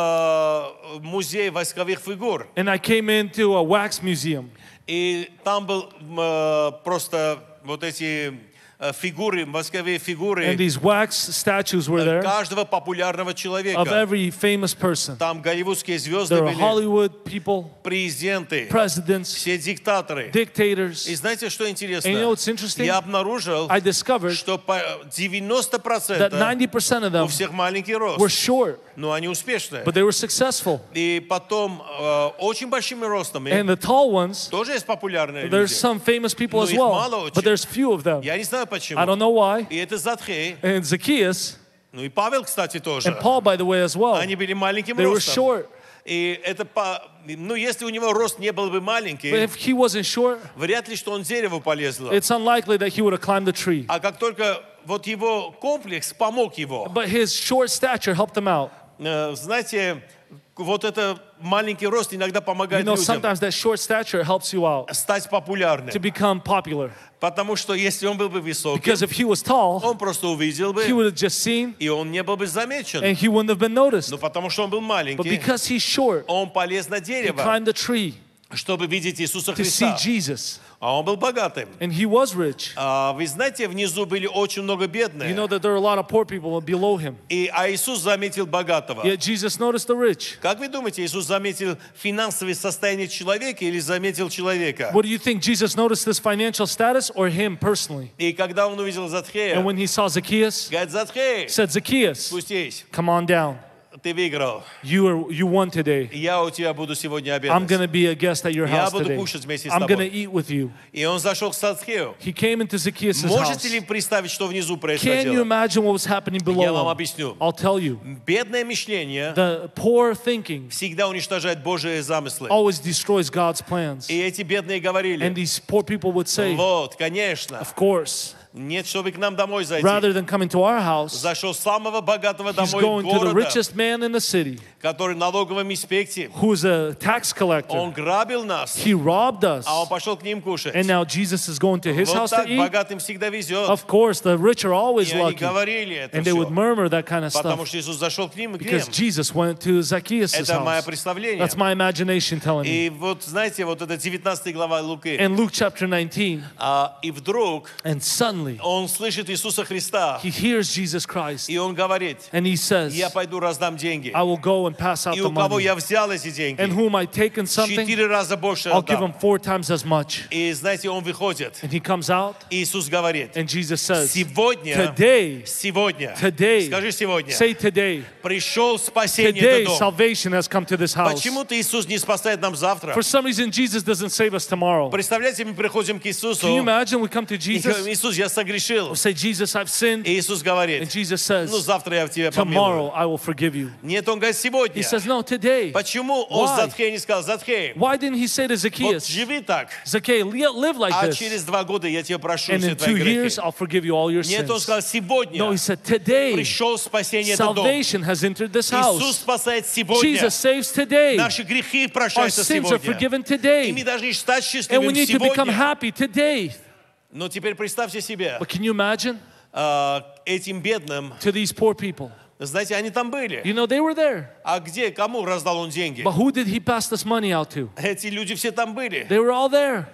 S2: в музей восковых фигур.
S1: and I came into a wax museum
S2: И там был м, э, просто вот эти э, фигуры, восковые
S1: and
S2: фигуры
S1: these wax statues were there
S2: каждого популярного
S1: of
S2: человека.
S1: every famous person.
S2: Там голливудские звезды
S1: There are
S2: были,
S1: Hollywood people,
S2: президенты,
S1: presidents,
S2: все диктаторы. И
S1: dictators.
S2: знаете, что интересно?
S1: And you know what's interesting?
S2: Я обнаружил,
S1: I discovered
S2: что по- 90%
S1: that 90% of
S2: у
S1: them
S2: всех маленький
S1: were
S2: рост,
S1: short,
S2: но они успешные.
S1: but they were successful.
S2: И потом э, очень большими ростами
S1: And the tall ones,
S2: тоже есть популярные
S1: there's
S2: люди.
S1: some famous people
S2: Ну,
S1: as
S2: их мало
S1: well,
S2: очень.
S1: but there's few of them.
S2: Я не знаю почему.
S1: I don't know why.
S2: И это Затхей.
S1: And Zacchaeus
S2: Ну и Павел, кстати, тоже.
S1: and Paul, by the way, as well,
S2: Они были маленьким
S1: they were
S2: ростом.
S1: short.
S2: И это по... Ну, если у него рост не был бы
S1: But
S2: маленький,
S1: if he wasn't short,
S2: вряд ли, что он дереву полезло.
S1: it's unlikely that he would have climbed the tree.
S2: А как только вот его комплекс помог его,
S1: But his short stature helped him out.
S2: Э, знаете, вот это маленький рост иногда
S1: You
S2: помогает
S1: know,
S2: людям
S1: sometimes that short stature helps you out
S2: стать популярным.
S1: to become popular.
S2: Потому что если он был бы высокий,
S1: Because if he was tall,
S2: он просто увидел
S1: he
S2: бы,
S1: would have just seen
S2: и он не был бы замечен.
S1: and he wouldn't have been noticed.
S2: Но потому что он был
S1: But
S2: маленький,
S1: because he's short,
S2: он полез на
S1: he
S2: дерево,
S1: climbed the tree
S2: чтобы видеть Иисуса
S1: to see
S2: Христа.
S1: Jesus.
S2: А он был богатым.
S1: And he was rich.
S2: А вы знаете, внизу были очень много
S1: You know
S2: бедных,
S1: that there are a lot of poor people below him.
S2: и, а Иисус заметил богатого.
S1: Yet Jesus noticed the rich.
S2: Как вы думаете, Иисус заметил финансовое состояние человека или заметил человека?
S1: What do you think? Jesus noticed his financial status or him personally?
S2: И когда он увидел Затхея,
S1: And when he saw Zacchaeus,
S2: Говорит, Затхей,
S1: said, Zacchaeus,
S2: спустись,
S1: come on down.
S2: ты выиграл.
S1: You are you won today.
S2: Я у тебя буду сегодня
S1: I'm
S2: обедать.
S1: gonna be a guest at your
S2: Я
S1: house
S2: буду
S1: today.
S2: кушать вместе с
S1: I'm gonna
S2: тобой.
S1: eat with you.
S2: И он зашел к Затхею.
S1: He came into Zacchaeus' house.
S2: Можете ли представить, что внизу
S1: Can you
S2: происходило?
S1: imagine what was happening
S2: Я вам
S1: below him?
S2: объясню.
S1: I'll tell you.
S2: Бедное мышление
S1: The poor thinking
S2: всегда уничтожает Божьи замыслы.
S1: always destroys God's plans.
S2: И эти бедные
S1: And
S2: говорили,
S1: these poor people would say,
S2: вот, конечно,
S1: of course,
S2: нет, чтобы к нам домой зайти.
S1: rather than coming to our house,
S2: Зашел самого богатого
S1: he's
S2: домой
S1: going to the
S2: города,
S1: richest man in the city,
S2: который в налоговом инспекте.
S1: who's a tax collector.
S2: Он грабил нас,
S1: He robbed us.
S2: а он пошел к ним кушать.
S1: And now Jesus is going to his
S2: Вот
S1: house to
S2: так
S1: eat.
S2: богатым всегда везет.
S1: Of course, the rich are always
S2: И они
S1: lucky.
S2: говорили это
S1: And they would
S2: все.
S1: murmur that kind of
S2: Потому
S1: stuff
S2: что Иисус зашел к ним и к ним.
S1: because Jesus went to Zacchaeus'
S2: Это мое
S1: house.
S2: представление.
S1: That's my imagination telling me.
S2: И вот, знаете, вот это 19 глава Луки.
S1: In Luke chapter 19,
S2: А, и вдруг
S1: and suddenly
S2: он слышит Иисуса Христа,
S1: he hears Jesus Christ
S2: и он говорит,
S1: and he says,
S2: я пойду раздам деньги.
S1: I will go and pass out
S2: И
S1: the
S2: у кого
S1: money.
S2: я взял эти
S1: And
S2: деньги,
S1: whom I take in something,
S2: четыре раза больше
S1: I'll give him
S2: отдам.
S1: four times as much.
S2: И, знаете, он выходит.
S1: And he comes out
S2: И Иисус говорит,
S1: and Jesus says,
S2: сегодня,
S1: Today,
S2: сегодня,
S1: today,
S2: скажи сегодня,
S1: say today,
S2: пришел спасение
S1: today
S2: до дома.
S1: salvation has come to this house.
S2: Почему-то Иисус не спасает нам завтра.
S1: For some reason, Jesus doesn't save us tomorrow.
S2: Представляете, мы приходим к
S1: Can you
S2: Иисусу,
S1: imagine we come to
S2: И
S1: Jesus
S2: говорим, Иисус, я согрешил.
S1: Say, Jesus, I've sinned.
S2: И Иисус
S1: And
S2: говорит,
S1: Jesus
S2: ну
S1: says,
S2: завтра я в тебя помилую.
S1: Tomorrow I will forgive you.
S2: Нет, он говорит,
S1: He
S2: сегодня.
S1: says, No, today.
S2: Почему он
S1: Why?
S2: Затхей не сказал, Затхей,
S1: Why didn't he say to
S2: вот
S1: Zacchaeus,
S2: живи так,
S1: Zacchaeus, li- live
S2: а
S1: like this,
S2: через два года я тебе прошу
S1: and
S2: все
S1: in
S2: твои
S1: two years
S2: грехи.
S1: I'll forgive you all your
S2: Нет, он
S1: sins?
S2: сказал,
S1: No,
S2: сегодня
S1: he said, Today
S2: пришел спасение этот дом.
S1: salvation has entered this
S2: Иисус
S1: house.
S2: спасает сегодня.
S1: Jesus saves today.
S2: Наши грехи
S1: Our
S2: прощаются
S1: sins are
S2: сегодня.
S1: forgiven
S2: И мы
S1: today.
S2: должны стать
S1: And we
S2: счастливыми
S1: need to become
S2: сегодня.
S1: happy today.
S2: Но теперь представьте себе,
S1: But can you imagine?
S2: а, этим бедным,
S1: To these poor people.
S2: знаете, они там были.
S1: You know, they were there.
S2: А где, кому раздал он деньги?
S1: But who did he pass this money out to?
S2: Эти люди все там были.
S1: They were all there.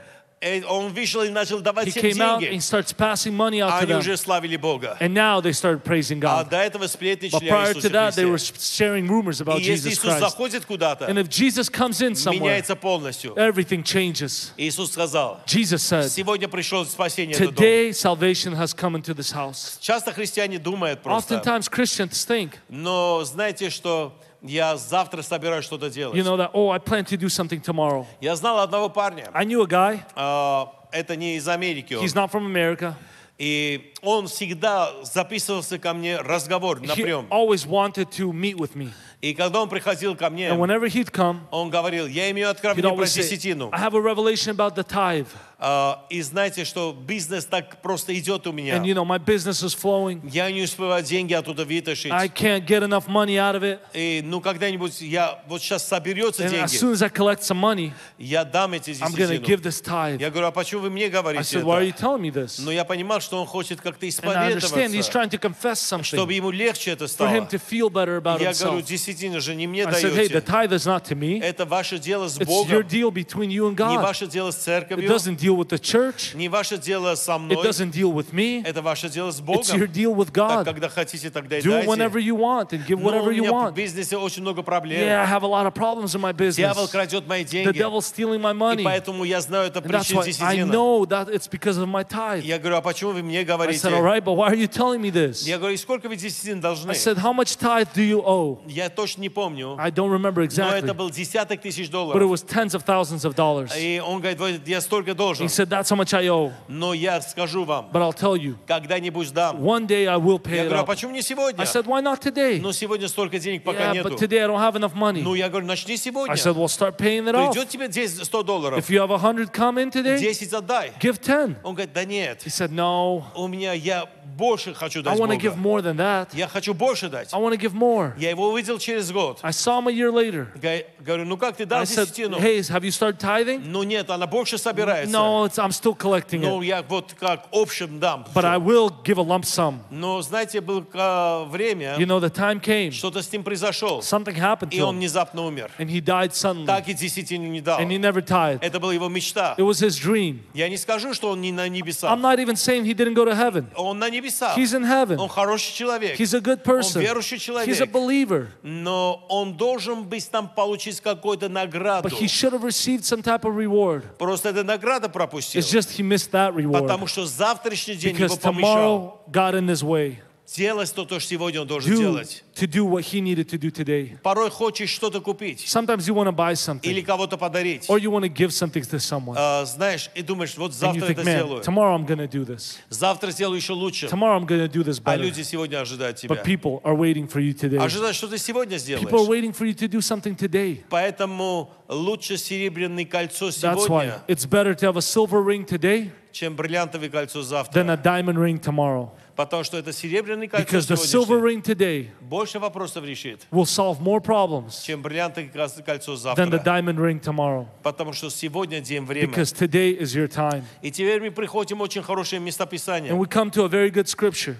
S2: Э, Он вышел и начал давать
S1: He
S2: всем
S1: came out and
S2: деньги.
S1: he starts passing money
S2: А
S1: out to
S2: Они
S1: them.
S2: уже славили Бога.
S1: And now they started praising
S2: А
S1: God.
S2: до этого
S1: But
S2: сплетничали о
S1: prior to
S2: Иисусе
S1: that, they were
S2: Христе.
S1: sharing rumors about
S2: И если
S1: Jesus
S2: Иисус
S1: Christ.
S2: заходит куда-то,
S1: And if Jesus comes in somewhere,
S2: меняется полностью.
S1: everything changes.
S2: Иисус сказал,
S1: Jesus said,
S2: сегодня пришло спасение в этот дом.
S1: Today salvation has come into this house.
S2: Часто христиане думают просто,
S1: Oftentimes Christians think,
S2: но знаете, что я завтра собираюсь что-то
S1: you
S2: делать.
S1: know, that, oh, I plan to do something tomorrow.
S2: Я знал одного парня,
S1: I knew a guy,
S2: а, это не из Америки он.
S1: he's not from America.
S2: И он всегда записывался ко мне разговор на
S1: He
S2: прием.
S1: always wanted to meet with me.
S2: И когда он приходил ко мне,
S1: And whenever he'd come,
S2: он говорил, я имею
S1: he'd
S2: откровение про
S1: always say,
S2: десятину.
S1: I have a revelation about the tithe.
S2: А, И знаете, что бизнес так просто идет у меня.
S1: And you know, my business is flowing.
S2: Я не успеваю деньги оттуда вытащить.
S1: I can't get enough money out of it.
S2: И, ну, когда-нибудь я, вот сейчас соберется
S1: And as
S2: деньги,
S1: soon as I collect some money,
S2: я дам эти
S1: I'm going to
S2: десятину.
S1: give this tithe.
S2: Я говорю, а почему вы мне
S1: I
S2: говорите
S1: said, why are you
S2: это?
S1: telling me this?
S2: Но я понимал, что он хочет как-то
S1: And I understand he's
S2: исповедоваться,
S1: trying to confess
S2: чтобы
S1: something
S2: ему легче это
S1: for him
S2: стало.
S1: to feel better about
S2: Я говорю,
S1: himself.
S2: десятина же не мне
S1: I said, hey, the
S2: даете.
S1: tithe is not to me.
S2: Это ваше дело с
S1: It's your
S2: Богом,
S1: deal between you and
S2: не
S1: God.
S2: ваше дело с
S1: It
S2: церковью,
S1: doesn't deal with the church.
S2: не ваше дело со
S1: It
S2: мной.
S1: doesn't deal with me.
S2: Это ваше дело с
S1: It's your
S2: Богом.
S1: deal with
S2: Так,
S1: God.
S2: когда хотите, тогда и
S1: Do it whenever
S2: дайте.
S1: you want and give
S2: Но у
S1: whatever you
S2: меня в
S1: want.
S2: бизнесе очень много проблем.
S1: Yeah, I have a lot of problems in my
S2: Дьявол
S1: business.
S2: крадет мои
S1: The
S2: деньги.
S1: devil's stealing my
S2: И
S1: money. And
S2: поэтому я знаю, это
S1: that's
S2: причина
S1: why I
S2: десятина.
S1: know that it's because of my tithe.
S2: Я говорю, а почему вы мне
S1: I
S2: говорите?
S1: said, all right, but why are you telling me this?
S2: Я говорю, «И сколько вы десятин должны?
S1: I said, how much tithe do you owe?
S2: Я точно не помню,
S1: I don't remember
S2: но это
S1: exactly,
S2: был десяток тысяч
S1: but it
S2: долларов.
S1: was tens of thousands of dollars.
S2: И он говорит, «Вот я столько
S1: He
S2: должен,
S1: said, that's how much I owe,
S2: но я скажу вам,
S1: but I'll tell you,
S2: когда-нибудь сдам.
S1: one day I will
S2: Я
S1: pay it
S2: говорю, а
S1: up.
S2: почему не сегодня?
S1: I said, why not today?
S2: Ну, сегодня столько денег пока
S1: Yeah,
S2: нету.
S1: but today I don't have enough
S2: Ну,
S1: money.
S2: я говорю, начни сегодня.
S1: I said, well, start paying it
S2: Ну,
S1: off.
S2: идет тебе 10, 100 долларов,
S1: If you have a hundred come in today,
S2: 10 отдай.
S1: give ten.
S2: Он говорит, да нет,
S1: He said, no,
S2: у меня, я больше хочу
S1: I
S2: дать
S1: want to
S2: Бога.
S1: give more than that.
S2: Я хочу больше дать.
S1: I want to give more.
S2: Я его увидел через год.
S1: I saw him a year later.
S2: Га- Говорю, ну как ты дал
S1: I said,
S2: десятину?
S1: hey, have you started tithing?
S2: Ну нет, она больше собирается.
S1: No, it's, I'm still collecting
S2: Ну,
S1: it,
S2: я вот как общим дам.
S1: but I will give a lump sum.
S2: Но, знаете, было а, время,
S1: You know, the time came.
S2: что-то с ним произошло,
S1: Something happened
S2: и
S1: to
S2: он
S1: him,
S2: внезапно умер.
S1: and he died suddenly,
S2: Так и десятину не дал.
S1: Mm. and he never tithed.
S2: Это была его мечта.
S1: It was his dream.
S2: Я не скажу, что он не на небесах.
S1: I'm not even saying he didn't go to heaven.
S2: Он на небесах.
S1: He's in heaven.
S2: Он хороший человек.
S1: He's a good person.
S2: Он верующий человек.
S1: He's a believer.
S2: Но он должен быть там получить какую-то награду.
S1: But he should have received some type of reward.
S2: Просто эта награда пропустил.
S1: It's just he missed that
S2: Потому
S1: reward.
S2: что завтрашний день его
S1: Because
S2: помешал.
S1: tomorrow got in his way.
S2: Делать то, то, что сегодня он должен
S1: Do,
S2: делать.
S1: to do what he needed to do today.
S2: Порой хочешь что-то купить
S1: Sometimes you want to buy
S2: или
S1: something
S2: кого-то подарить.
S1: or you want to give something to someone.
S2: А, знаешь, и думаешь, вот
S1: And
S2: завтра
S1: you think,
S2: это
S1: man,
S2: сделаю.
S1: tomorrow I'm going to do this.
S2: Завтра сделаю еще лучше.
S1: Tomorrow I'm going to do this
S2: А
S1: better.
S2: люди сегодня ожидают тебя.
S1: But people are waiting for you today.
S2: Ожидают, что ты сегодня
S1: People are
S2: сделаешь.
S1: waiting for you to do something today.
S2: Поэтому лучше серебряное кольцо
S1: That's why
S2: сегодня,
S1: it's better to have a silver ring today
S2: чем бриллиантовое кольцо
S1: than
S2: завтра.
S1: a diamond ring tomorrow.
S2: Потому что это серебряное кольцо
S1: Because the silver
S2: сегодняшнее
S1: ring today
S2: больше вопросов решит,
S1: will solve more problems
S2: чем бриллиантовое кольцо- кольцо
S1: than the
S2: завтра.
S1: diamond ring tomorrow.
S2: Потому что сегодня день времени.
S1: Because today is your time.
S2: И теперь мы приходим в очень хорошее
S1: And
S2: местописание.
S1: we come to a very good scripture.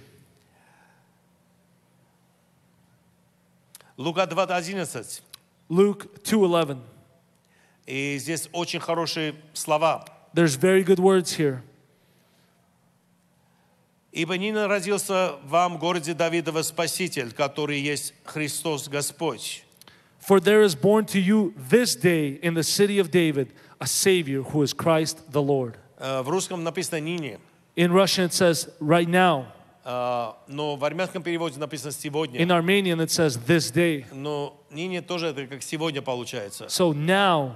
S2: Лука 2.11.
S1: Luke 2:11.
S2: И здесь очень хорошие слова.
S1: There's very good words here.
S2: Ибо не родился вам в городе Давидова Спаситель, который есть Христос Господь.
S1: For there is born to you this day in the city of David a savior who is Christ the Lord.
S2: Э, В русском написано «нине»,
S1: In Russian it says right now.
S2: э, но в армянском переводе написано «сегодня».
S1: In Armenian it says this day.
S2: Но «нине» тоже это как «сегодня» получается.
S1: So now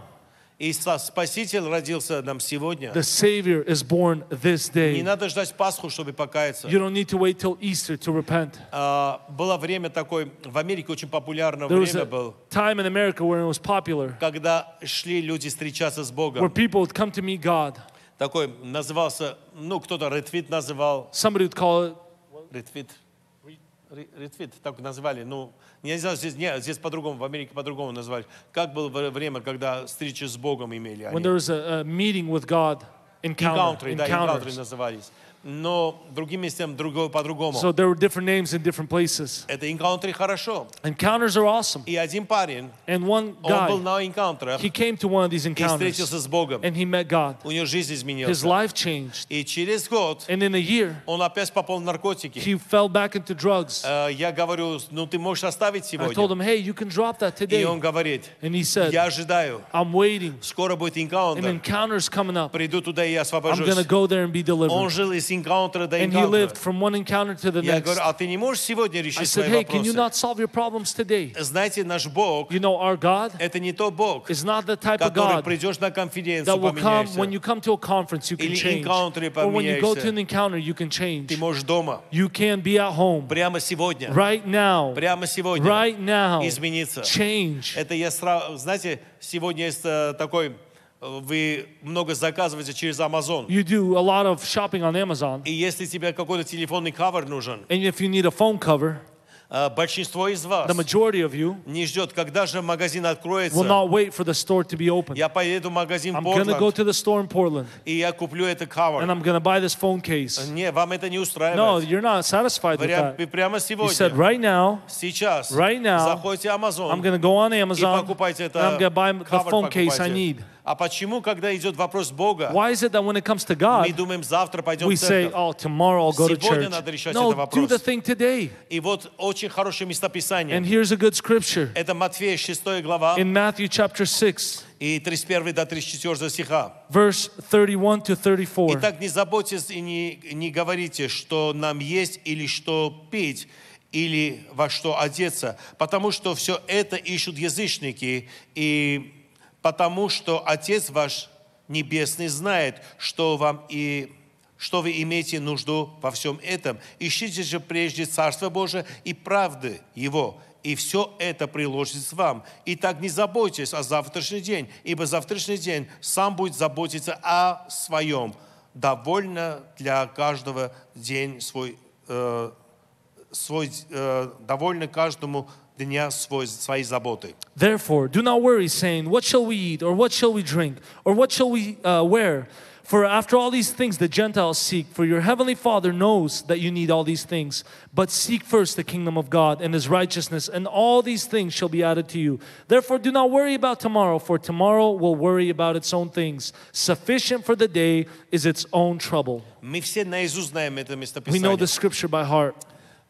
S2: И Са- Спаситель родился нам сегодня.
S1: The Savior is born this
S2: Не
S1: day.
S2: надо ждать Пасху, чтобы покаяться.
S1: You don't need to wait till Easter to repent.
S2: А, было время такое, в Америке очень популярное
S1: There was
S2: время
S1: a
S2: было,
S1: time in America where it was popular,
S2: когда шли люди встречаться с
S1: where
S2: Богом.
S1: people would come to meet God.
S2: Такой назывался, ну, кто-то ретвит называл,
S1: Somebody would call it
S2: ретвит, Ре- ретвит, так назвали. Ну, я не знаю, здесь, не, здесь по-другому, в Америке по-другому назвали. Как было вре- время, когда встречи с Богом имели
S1: when
S2: они?
S1: there was a, a meeting with God, encounter,
S2: Энкаунтеры, да, энкаунтеры
S1: encounters.
S2: назывались. Но другим местам другого по-другому.
S1: So there were different names in different places.
S2: Это энкаунтеры хорошо.
S1: Encounters are awesome.
S2: И один парень,
S1: And one
S2: он был
S1: guy,
S2: на энкаунтерах
S1: he came to one of these
S2: и
S1: encounters
S2: встретился с Богом.
S1: and he met God.
S2: У него жизнь
S1: His
S2: изменилась.
S1: life changed.
S2: И через год
S1: And in a year,
S2: он опять попал в наркотики.
S1: he fell back into drugs.
S2: Э, Я говорю, ну ты можешь оставить
S1: I told
S2: сегодня.
S1: him, hey, you can drop that
S2: И
S1: today.
S2: он говорит,
S1: And he said,
S2: я ожидаю,
S1: I'm waiting.
S2: скоро будет
S1: An
S2: энкаунтер.
S1: encounter's coming up.
S2: Приду туда и
S1: I'm going to
S2: освобожусь.
S1: go there and be
S2: Он
S1: delivered.
S2: жил из энкаунтера до
S1: And he lived
S2: энкаунтера.
S1: from one encounter to the
S2: Я
S1: next.
S2: говорю, а ты не можешь сегодня
S1: I
S2: решить
S1: said,
S2: свои
S1: hey, can you
S2: вопросы?
S1: not solve your problems today?
S2: Знаете, наш Бог
S1: You know, our God
S2: Это не тот Бог,
S1: is not the type of
S2: который
S1: God
S2: придешь на конференцию,
S1: that will come
S2: поменяешься.
S1: when you come to a conference, you can
S2: Или
S1: change.
S2: encounter
S1: Or when you go
S2: поменяешься.
S1: to an encounter, you can change.
S2: Ты можешь дома,
S1: You can be at home
S2: прямо сегодня,
S1: right now,
S2: прямо сегодня
S1: right now,
S2: измениться.
S1: change.
S2: Это я сразу, знаете, сегодня есть э, такой, э, вы много заказываете через Amazon.
S1: You do a lot of shopping on Amazon,
S2: И если тебе какой-то телефонный кавер нужен,
S1: and if you need a phone cover,
S2: э, большинство из вас
S1: the majority of you
S2: не ждет, когда же магазин
S1: will
S2: откроется.
S1: not wait for the store to be open.
S2: Я поеду в магазин
S1: I'm going to
S2: Portland,
S1: go to the store in Portland,
S2: и я куплю это
S1: and
S2: кавер.
S1: I'm going to buy this phone case.
S2: Не, вам это не
S1: No,
S2: устраивает.
S1: you're not satisfied with
S2: Прям-
S1: that.
S2: прямо
S1: You said,
S2: сегодня,
S1: right now,
S2: сейчас,
S1: right now,
S2: заходите в Amazon,
S1: I'm going to go on
S2: и
S1: Amazon,
S2: покупайте
S1: and I'm
S2: это
S1: going to buy the
S2: cover
S1: phone case I
S2: покупайте.
S1: need.
S2: А почему, когда идет вопрос Бога,
S1: Why is it that when it comes to
S2: мы
S1: God,
S2: думаем, завтра пойдем
S1: we
S2: в
S1: say,
S2: церковь?
S1: oh, tomorrow I'll go to
S2: Сегодня
S1: church?
S2: надо решать
S1: No, do
S2: этот вопрос.
S1: the thing today.
S2: И вот очень хорошее местописание.
S1: And here's a good scripture
S2: Это Матфея 6 глава
S1: in Matthew chapter 6,
S2: и 31 до 34 стиха.
S1: verse 31 to 34.
S2: «Итак, не заботьтесь и не, не говорите, что нам есть или что пить, или во что одеться, потому что все это ищут язычники, и потому что Отец ваш Небесный знает, что вам и что вы имеете нужду во всем этом. Ищите же прежде Царство Божие и правды Его, и все это приложится вам. И так не заботьтесь о завтрашний день, ибо завтрашний день сам будет заботиться о своем. Довольно для каждого день свой, э, свой э, довольно каждому дня свой, свои заботы.
S1: Therefore, do not worry, saying, What shall we eat, or what shall we drink, or what shall we uh, wear? For after all these things the Gentiles seek, for your heavenly Father knows that you need all these things. But seek first the kingdom of God and his righteousness, and all these things shall be added to you. Therefore, do not worry about tomorrow, for tomorrow will worry about its own things. Sufficient for the day is its own trouble.
S2: Мы все наизусть знаем это
S1: We know
S2: местописание.
S1: the scripture by heart.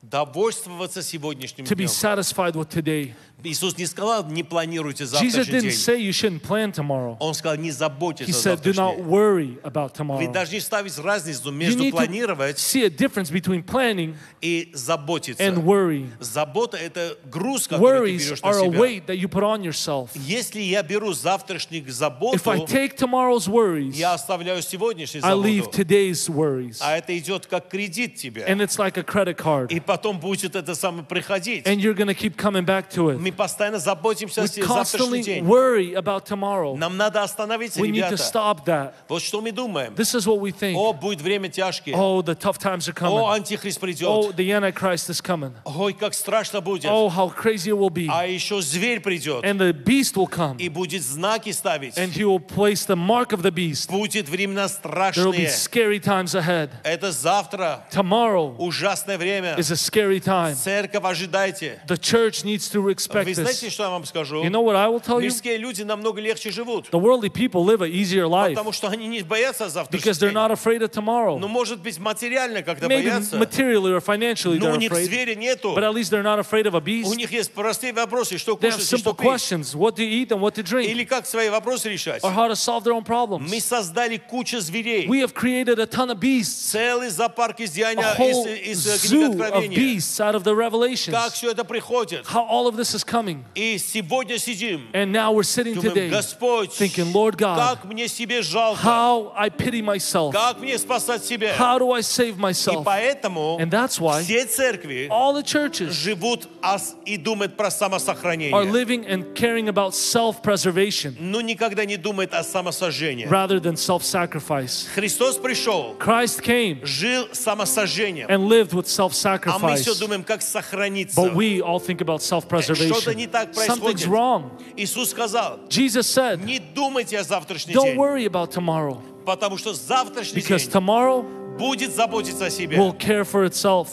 S2: Довольствоваться сегодняшним
S1: To be
S2: днем.
S1: satisfied with today.
S2: Иисус не сказал, не планируйте
S1: Jesus
S2: завтрашний
S1: didn't
S2: день.
S1: say you shouldn't plan tomorrow,
S2: Он сказал, не заботьтесь
S1: He
S2: о
S1: said, Do not
S2: завтрашнем.
S1: worry about
S2: Вы
S1: tomorrow.
S2: должны ставить разницу
S1: You
S2: между
S1: need to
S2: планировать
S1: see a difference between planning
S2: и заботиться.
S1: and worry.
S2: Забота – это груз, который ты
S1: Worries
S2: берешь на
S1: are a
S2: себя.
S1: weight that you put on yourself.
S2: Если я беру завтрашних
S1: If I
S2: заботу,
S1: take tomorrow's worries,
S2: я оставляю сегодняшний
S1: I leave
S2: заботу.
S1: today's worries.
S2: А это идет как кредит тебе.
S1: And it's like a credit
S2: И
S1: card.
S2: потом будет это самое приходить.
S1: And you're going to keep coming back to it.
S2: Мы постоянно заботимся о
S1: We
S2: се- завтрашний
S1: constantly
S2: день.
S1: worry about tomorrow.
S2: Нам надо остановиться,
S1: We need to
S2: ребята.
S1: stop that.
S2: Вот что мы думаем.
S1: This is what we think.
S2: О, будет время тяжкие.
S1: Oh, the tough times are
S2: О,
S1: coming.
S2: антихрист
S1: Oh,
S2: придет.
S1: the Antichrist is coming.
S2: Ой, как страшно будет.
S1: Oh, how crazy it will be.
S2: А еще зверь придет.
S1: And the beast will come.
S2: и будет знаки ставить.
S1: And he will place the mark of the beast.
S2: Будет времена
S1: There will be
S2: страшные.
S1: scary times ahead.
S2: Это завтра.
S1: Tomorrow
S2: Ужасное время.
S1: is a scary time.
S2: Церковь, ожидайте.
S1: The church needs to respect
S2: Вы знаете,
S1: this.
S2: что я вам скажу?
S1: You know what I will tell you?
S2: Мирские люди намного легче живут.
S1: The worldly people live an easier life
S2: Потому что они не боятся завтрашнего
S1: because they're
S2: дня.
S1: not afraid of
S2: Ну,
S1: tomorrow.
S2: может быть, материально как-то
S1: Maybe
S2: боятся.
S1: materially or financially
S2: Но
S1: they're
S2: у них
S1: afraid,
S2: зверя нету.
S1: but at least they're not afraid of a
S2: У
S1: beast.
S2: них есть простые вопросы, что
S1: They have
S2: кушать и что
S1: simple
S2: пить.
S1: questions what to eat and what to drink,
S2: Или как свои вопросы решать.
S1: or how to solve their own
S2: Мы
S1: problems.
S2: создали кучу зверей.
S1: We have created a ton of beasts,
S2: Целый зоопарк из
S1: a
S2: Деяния,
S1: whole
S2: из, из, э, книги
S1: zoo of
S2: Откровения.
S1: beasts out of the
S2: Как
S1: Revelations.
S2: все это приходит.
S1: How all of this is is coming.
S2: И сегодня сидим,
S1: And now we're sitting
S2: думаем,
S1: today
S2: Господь,
S1: thinking, Lord God,
S2: как мне себе жалко,
S1: how I pity myself.
S2: как мне спасать себя.
S1: How do I save
S2: И
S1: myself?
S2: поэтому
S1: And that's why
S2: все церкви
S1: all the churches
S2: живут ос- и думают про
S1: are
S2: самосохранение,
S1: living and caring about self preservation
S2: но никогда не думают о самосожжении.
S1: rather than self sacrifice.
S2: Христос пришел,
S1: Christ came
S2: жил самосожжением,
S1: and lived with self
S2: а мы все
S1: sacrifice,
S2: думаем, как сохраниться.
S1: but we all think about self
S2: Что-то не
S1: preservation.
S2: так происходит.
S1: Something's wrong.
S2: Иисус сказал,
S1: Jesus said,
S2: не думайте о завтрашний
S1: Don't
S2: день,
S1: worry about tomorrow
S2: потому что завтрашний
S1: because
S2: день
S1: tomorrow
S2: будет заботиться о себе.
S1: will care for itself.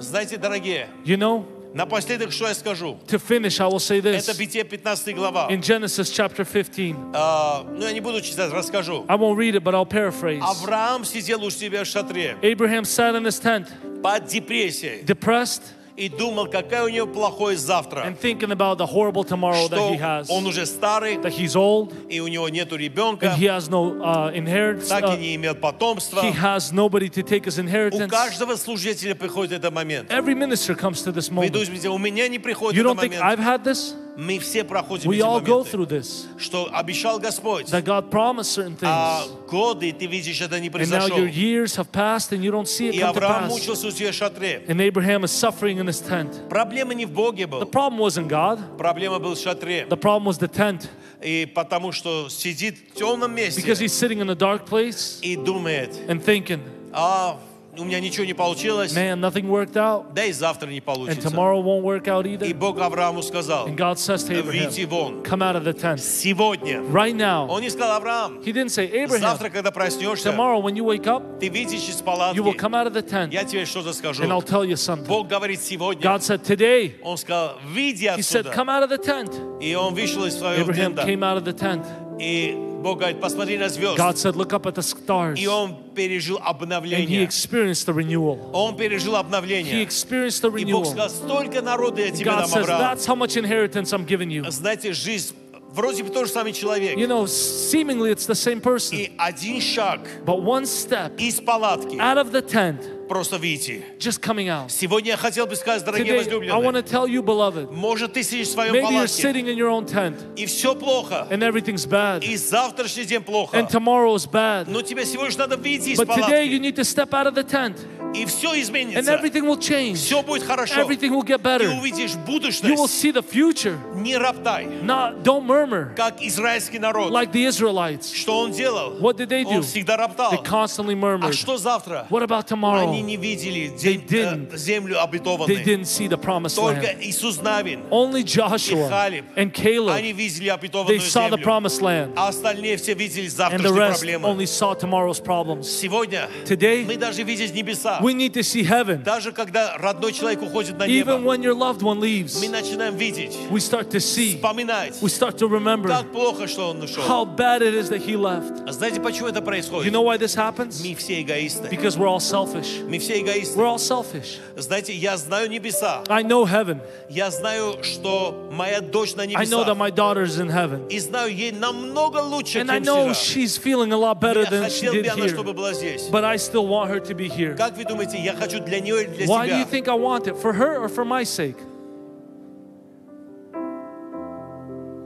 S2: Знаете, дорогие,
S1: You know,
S2: напоследок, что я скажу?
S1: to finish, I will say
S2: Это
S1: this
S2: Бытие 15 глава.
S1: in Genesis chapter 15.
S2: А, ну, я не буду читать, расскажу.
S1: I won't read it, but I'll paraphrase.
S2: Авраам сидел у себя в шатре
S1: Abraham sat in his tent,
S2: под депрессией
S1: depressed
S2: и думал, какая у него плохое завтра,
S1: and thinking about the horrible tomorrow that
S2: что
S1: he has,
S2: он уже старый,
S1: that he's old
S2: и у него нету
S1: and
S2: ребенка,
S1: he has no uh, inheritance.
S2: так и
S1: Uh,
S2: не имел потомства.
S1: he has nobody to take his
S2: У
S1: inheritance.
S2: каждого служителя приходит этот момент.
S1: Every minister comes to this
S2: Вы
S1: moment.
S2: думаете, у меня не приходит
S1: You
S2: этот
S1: don't think
S2: момент.
S1: I've had this?
S2: Мы все проходим
S1: We
S2: эти
S1: all go
S2: моменты.
S1: through this.
S2: Что обещал Господь,
S1: That God promised certain
S2: а
S1: things.
S2: годы, ты видишь, это не
S1: And now
S2: произошло.
S1: your years have passed and you don't see it
S2: И
S1: come to
S2: Авраам
S1: pass.
S2: мучился у себя в шатре.
S1: And Abraham is suffering in his tent.
S2: Проблема не в Боге
S1: The
S2: была,
S1: problem wasn't God.
S2: проблема была в шатре.
S1: The problem was the tent.
S2: И потому что сидит в темном
S1: Because
S2: месте
S1: he's sitting in a dark place
S2: и думает,
S1: and thinking,
S2: а у меня ничего не получилось,
S1: man, nothing worked out.
S2: да и завтра не
S1: М-м. And
S2: получится.
S1: tomorrow won't work out
S2: И
S1: either.
S2: Бог Аврааму сказал,
S1: And God says to
S2: выйди
S1: Abraham,
S2: вон,
S1: come out of the tent.
S2: сегодня.
S1: Right now.
S2: Он не сказал, Авраам,
S1: He didn't say, Abraham,
S2: завтра, когда проснешься,
S1: tomorrow when you wake up,
S2: ты видишь из
S1: you will
S2: палатки,
S1: come out of the tent
S2: я тебе что-то скажу.
S1: and I'll tell you something.
S2: Бог говорит сегодня.
S1: God said, today.
S2: Он сказал, выйди
S1: He said,
S2: отсюда.
S1: come out of the tent.
S2: И он вышел из своего
S1: Abraham
S2: тента.
S1: came out of the tent.
S2: И Бог говорит, посмотри на звезды.
S1: God said, look up at the stars.
S2: И он пережил
S1: And he
S2: обновление.
S1: experienced the renewal.
S2: Он пережил
S1: He
S2: обновление.
S1: experienced the
S2: И Бог
S1: renewal.
S2: сказал, столько народа я тебе
S1: God
S2: дам,
S1: says,
S2: Авраам.
S1: that's how much inheritance I'm giving you.
S2: Знаете, жизнь вроде бы тоже самый
S1: You
S2: человек.
S1: know, seemingly it's the same person,
S2: И один шаг
S1: but one step
S2: из палатки
S1: out of the tent,
S2: просто выйти.
S1: just coming out.
S2: Сегодня я хотел бы сказать, дорогие
S1: Today, I want to
S2: возлюбленные,
S1: tell you, beloved,
S2: может, ты сидишь в своем
S1: maybe you're
S2: палатке,
S1: sitting in your own tent
S2: и все плохо,
S1: and everything's bad,
S2: и завтрашний день
S1: and
S2: плохо.
S1: tomorrow's bad.
S2: Но тебе всего лишь надо выйти из
S1: But today you
S2: палатки,
S1: need to step out of the tent
S2: и все
S1: and
S2: изменится.
S1: everything will change.
S2: Все будет хорошо.
S1: Everything will get
S2: Ты
S1: better.
S2: увидишь
S1: You will
S2: будущность.
S1: see the future.
S2: Не роптай,
S1: Not, don't murmur
S2: как израильский народ.
S1: like the Israelites.
S2: Что он делал?
S1: What did they
S2: Он
S1: do?
S2: всегда
S1: They
S2: роптал.
S1: constantly
S2: А
S1: murmured.
S2: что завтра?
S1: What about
S2: Они
S1: tomorrow?
S2: не видели день-
S1: didn't.
S2: э, землю
S1: They
S2: обетованную.
S1: didn't see the promised
S2: Только
S1: land.
S2: Иисус Навин.
S1: Only Joshua
S2: Caleb.
S1: and Caleb,
S2: Они видели
S1: they
S2: обетованную
S1: saw the
S2: землю.
S1: promised land.
S2: А остальные все видели
S1: And the
S2: завтрашние
S1: rest
S2: проблемы.
S1: only saw tomorrow's problems.
S2: Сегодня мы
S1: Today,
S2: даже видим небеса.
S1: we need to see heaven.
S2: Даже когда родной человек уходит на
S1: Even
S2: небо,
S1: when your loved one
S2: мы
S1: leaves,
S2: начинаем видеть,
S1: we start to see.
S2: вспоминать,
S1: We start to remember
S2: как плохо, что он ушел.
S1: how bad it is that he left.
S2: А Знаете, почему это
S1: You
S2: происходит?
S1: know why this happens?
S2: Мы все эгоисты.
S1: Because we're all selfish.
S2: Мы все эгоисты.
S1: We're all selfish.
S2: Знаете, я знаю небеса.
S1: I know heaven.
S2: Я знаю, что моя дочь на
S1: I know that
S2: небесах.
S1: my daughter's in heaven.
S2: И знаю, ей намного лучше,
S1: And I
S2: чем
S1: know
S2: вчера.
S1: she's feeling a lot better
S2: Я
S1: than she
S2: хотел
S1: did
S2: бы она,
S1: here.
S2: чтобы была здесь.
S1: But I still want her to be here.
S2: Как вы думаете, я хочу для нее или для
S1: Why do you
S2: себя?
S1: think I want it? For her or for my sake?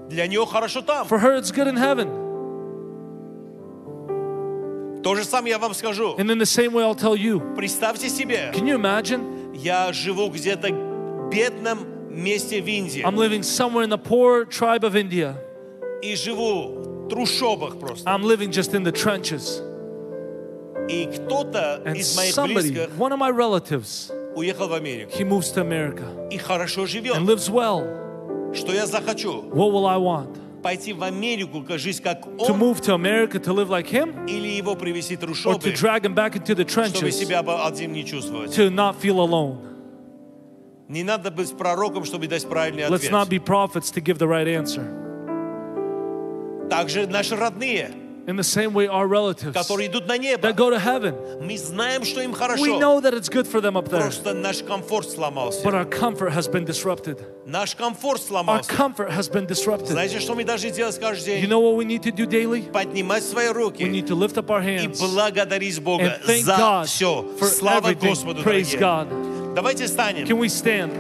S2: Для нее хорошо там.
S1: For her, it's good in heaven.
S2: То же самое я вам скажу.
S1: And in the same way, I'll tell you.
S2: Представьте себе,
S1: Can you imagine?
S2: я живу где-то в бедном месте в Индии.
S1: I'm living somewhere in the poor tribe of India.
S2: И живу в трущобах просто.
S1: I'm living just in the trenches.
S2: И кто-то
S1: And
S2: из моих
S1: somebody,
S2: близких
S1: one of my relatives,
S2: уехал в Америку.
S1: he moves to America
S2: И хорошо
S1: and
S2: живет.
S1: lives well.
S2: Что я захочу?
S1: What will I want?
S2: Пойти в Америку, как- жить как
S1: To
S2: он,
S1: move to America to live like him
S2: или его привести в
S1: or to
S2: трущобы,
S1: drag him back into the
S2: чтобы
S1: trenches
S2: себя бы один не чувствовать.
S1: to not feel alone?
S2: Не надо быть пророком, чтобы дать правильный
S1: Let's not
S2: ответ.
S1: be prophets to give the right answer.
S2: Также наши родные,
S1: In the same way, our relatives
S2: которые идут на небо,
S1: that go to heaven,
S2: мы знаем, что им
S1: we
S2: хорошо.
S1: know that it's good for them up there.
S2: Просто наш комфорт сломался.
S1: But our comfort has been disrupted.
S2: Наш комфорт
S1: Our
S2: сломался.
S1: comfort has been disrupted.
S2: Знаете, что мы должны делать каждый
S1: You
S2: день?
S1: know what we need to do daily?
S2: Поднимать свои
S1: We
S2: руки
S1: need to lift up our
S2: и
S1: hands
S2: благодарить Бога
S1: and thank
S2: за
S1: God
S2: все.
S1: for
S2: Слава
S1: everything.
S2: Господу,
S1: Praise
S2: дорогие.
S1: God.
S2: Давайте
S1: Can
S2: станем.
S1: we stand?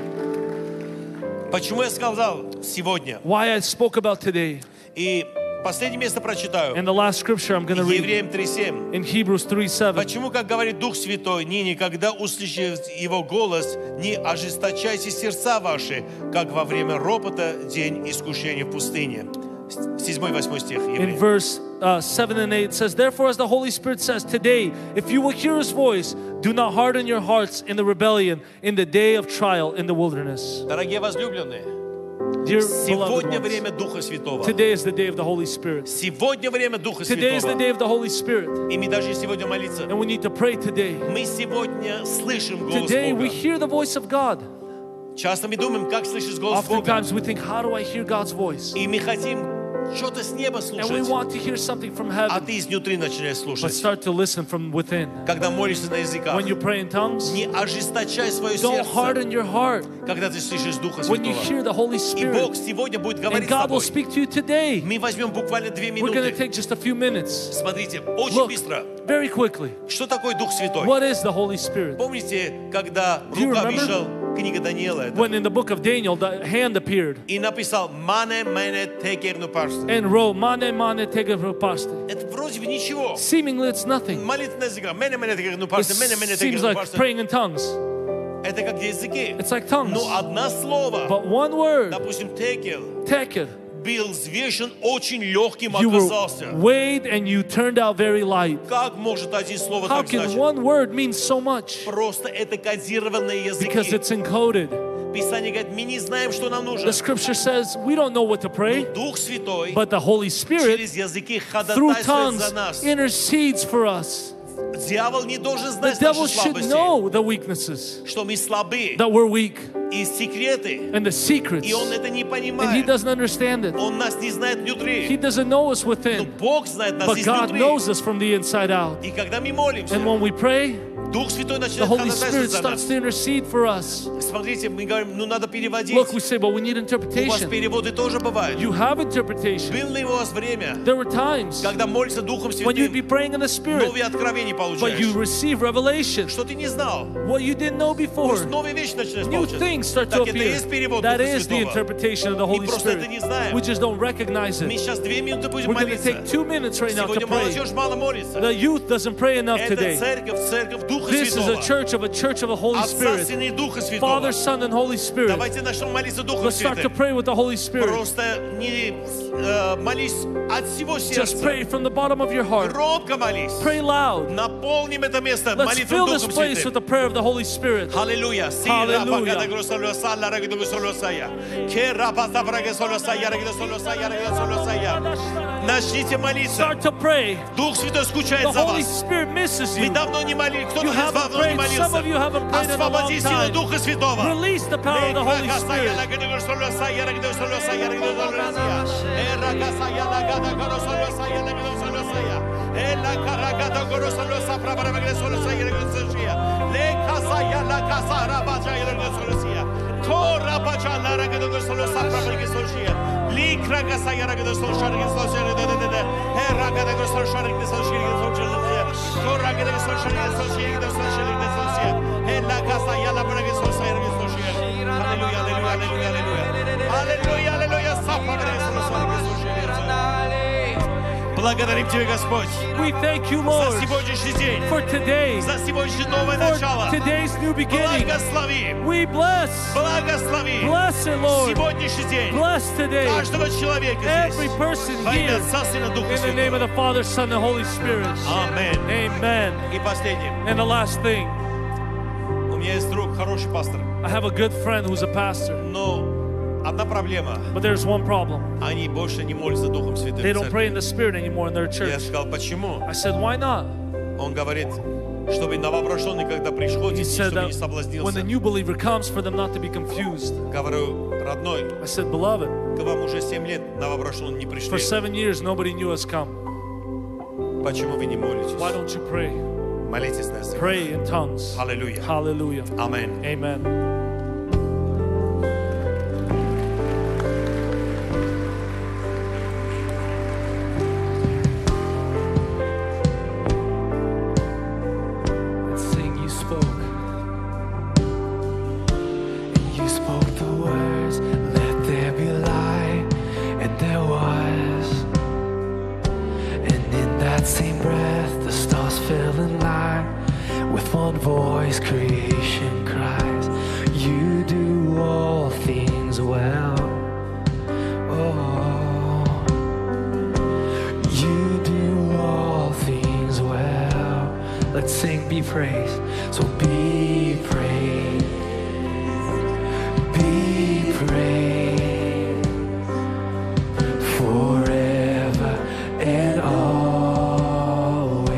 S2: Почему я сказал сегодня?
S1: Why I spoke about today.
S2: И последнее место прочитаю.
S1: And the last scripture I'm going to read
S2: Евреям 3.7.
S1: in Hebrews 3 7.
S2: Почему, как говорит Дух Святой, не никогда услышав Его голос, не ожесточайте сердца ваши, как во время ропота день искушения в пустыне. 7-8 стих.
S1: In
S2: Евреям.
S1: verse uh, 7 and 8 it says, Therefore, as the Holy Spirit says, Today, if you will hear his voice, do not harden your hearts in the rebellion, in the day of trial in the wilderness.
S2: Дорогие возлюбленные,
S1: Dear beloved
S2: сегодня
S1: ones,
S2: время Духа Святого.
S1: today is the day of the Holy Spirit.
S2: Сегодня время Духа
S1: Today is the
S2: Святого.
S1: day of the Holy Spirit.
S2: И мы даже сегодня молиться.
S1: And we need to pray today.
S2: Мы сегодня слышим голос
S1: Today, we
S2: Бога.
S1: hear the voice of God.
S2: Часто мы думаем, как слышишь голос Бога.
S1: Oftentimes, we think, How do I hear God's voice?
S2: И мы хотим что-то с неба
S1: And we
S2: слушать,
S1: want to hear something from
S2: а
S1: heaven,
S2: ты изнутри начинаешь
S1: but
S2: слушать.
S1: start to listen from within.
S2: Когда молишься на языках,
S1: When you pray in tongues,
S2: не ожесточай свое
S1: don't
S2: сердце.
S1: harden your heart.
S2: когда ты слышишь Духа
S1: When you
S2: Святого.
S1: hear the Holy
S2: И Бог
S1: Spirit,
S2: сегодня будет
S1: and
S2: говорить с
S1: God will
S2: тобой.
S1: speak to you today.
S2: Мы возьмем буквально две
S1: We're going to
S2: минуты.
S1: take just a few minutes.
S2: Смотрите, очень
S1: Look,
S2: быстро.
S1: very quickly,
S2: Что такое Дух Святой?
S1: what is the Holy Spirit?
S2: Помните, когда
S1: you
S2: рука
S1: remember?
S2: вышел книга Даниила это,
S1: When in the book of Daniel, the hand appeared
S2: и написал «Мане, мене, те керну парсу».
S1: and wrote, Mane, mane, tegepropaste.
S2: Это вроде бы ничего.
S1: Seemingly, it's nothing.
S2: Молитвенная языка. «Мене, мене, те керну
S1: It
S2: парсу», «Мене, мене, те
S1: seems
S2: керну
S1: like
S2: парсу».
S1: praying in tongues,
S2: Это как языки.
S1: It's like tongues.
S2: Но одно слово,
S1: but one word,
S2: допустим, «текер»,
S1: teker,
S2: был взвешен, очень легким
S1: you
S2: оказался.
S1: were weighed and you turned out very light.
S2: Как может один слово
S1: How
S2: так
S1: can
S2: значить?
S1: one word mean so much?
S2: Просто это кодированные
S1: Because
S2: языки.
S1: it's encoded.
S2: Писание говорит, мы не знаем, что нам нужно.
S1: The scripture says we don't know what to pray,
S2: Дух Святой
S1: but the Holy Spirit,
S2: через языки
S1: through
S2: ходатайствует за нас.
S1: tongues, intercedes for us.
S2: Дьявол не должен
S1: The
S2: знать
S1: devil
S2: наши
S1: should
S2: слабости,
S1: know the weaknesses,
S2: что мы слабы
S1: that we're weak,
S2: и секреты.
S1: and the secrets.
S2: И он это не
S1: And he
S2: понимает.
S1: doesn't understand it.
S2: Он нас не знает
S1: He
S2: внутри.
S1: doesn't know us
S2: Но
S1: within,
S2: Бог знает нас
S1: but God
S2: изнутри.
S1: knows us from the inside out.
S2: И когда мы
S1: And
S2: молимся,
S1: when we pray,
S2: Дух Святой
S1: the
S2: начинает
S1: Holy
S2: ходатайствовать
S1: Spirit
S2: за
S1: starts
S2: нас.
S1: to intercede for us.
S2: Смотрите, мы говорим, ну надо переводить.
S1: Look, we say, but we need
S2: У вас
S1: interpretation.
S2: переводы тоже бывают.
S1: You have interpretation.
S2: Было ли у вас время,
S1: There were times
S2: когда молится Духом
S1: when you'd be
S2: Святым,
S1: praying in the Spirit,
S2: новые откровения
S1: but you
S2: получаешь?
S1: receive revelation,
S2: Что ты не знал?
S1: what you didn't know
S2: То
S1: before.
S2: есть новые вещи начинаешь
S1: New
S2: получать.
S1: things start to
S2: так это и
S1: appear.
S2: есть перевод
S1: That
S2: Духа
S1: is the
S2: Святого.
S1: interpretation of the Holy
S2: просто это
S1: Spirit.
S2: не знаем.
S1: We just don't recognize
S2: Мы
S1: it.
S2: сейчас две минуты будем
S1: We're going to
S2: молиться.
S1: take two minutes right now to
S2: Сегодня
S1: pray.
S2: молодежь мало молится.
S1: The youth doesn't pray enough
S2: это
S1: today.
S2: церковь, церковь Духа
S1: This is
S2: Святого.
S1: a church of a church of the Holy
S2: Отца,
S1: Spirit.
S2: Сына и Духа Святого.
S1: Father, Son, and Holy Spirit.
S2: Давайте начнем молиться Духом
S1: Let's start to
S2: Святым.
S1: pray with the Holy Spirit.
S2: Просто не э, молись от всего сердца.
S1: Just pray from the bottom of your heart.
S2: Громко молись.
S1: Pray loud.
S2: Наполним это место
S1: Let's
S2: молитвой
S1: fill this
S2: Духом
S1: place with
S2: Святым.
S1: the prayer of the Holy Spirit.
S2: Аллилуйя.
S1: Аллилуйя.
S2: Начните молиться.
S1: Start to pray.
S2: Дух Святой скучает
S1: The
S2: за
S1: Holy
S2: вас.
S1: Spirit misses
S2: Вы
S1: you.
S2: давно не молились. Кто-то
S1: You
S2: из вас
S1: haven't
S2: давно не
S1: prayed. Some of you
S2: молился.
S1: haven't prayed in a long
S2: Освободи силу
S1: time.
S2: Духа Святого.
S1: Release the power of the Holy Spirit.
S2: Аллилуйя, аллилуйя, аллилуйя, аллилуйя. Аллилуйя, аллилуйя, слава Тебе, Иисус, Благодарим Тебя, Господь,
S1: We thank you,
S2: за
S1: Lord,
S2: сегодняшний день,
S1: for today,
S2: за сегодняшнее новое
S1: for
S2: начало.
S1: today's new beginning.
S2: Благослови,
S1: We bless,
S2: благослови
S1: bless it, Lord.
S2: сегодняшний день
S1: Bless today
S2: каждого человека
S1: every
S2: здесь.
S1: person
S2: Во имя
S1: here
S2: Отца, Сына, Духа
S1: in the name of
S2: Святого.
S1: the Father, Son, and Holy Spirit.
S2: Аминь.
S1: Amen.
S2: И последнее.
S1: And the last thing,
S2: У меня есть друг, хороший пастор,
S1: I have a good friend who's a pastor,
S2: но одна проблема.
S1: but there's one problem.
S2: Они больше не молятся Духом Святым. в
S1: They don't
S2: церкви.
S1: pray in the Spirit anymore in their
S2: Я
S1: church.
S2: сказал, почему?
S1: I said, why not?
S2: Он говорит, чтобы новообращенный, когда
S1: He
S2: приходит,
S1: said
S2: чтобы не
S1: that when the
S2: соблазнился.
S1: new believer comes, for them not to be confused.
S2: Говорю, родной,
S1: I said, beloved,
S2: к вам уже 7 лет новообращенные не пришли.
S1: for seven years nobody knew us come.
S2: Почему вы не молитесь?
S1: Why don't you pray?
S2: Молитесь на языках.
S1: Pray in tongues.
S2: Hallelujah.
S1: Hallelujah.
S2: Аминь.
S1: Amen.
S3: and sing you spoke and you spoke the words Oh. praised. So be praised. Be praised forever and always.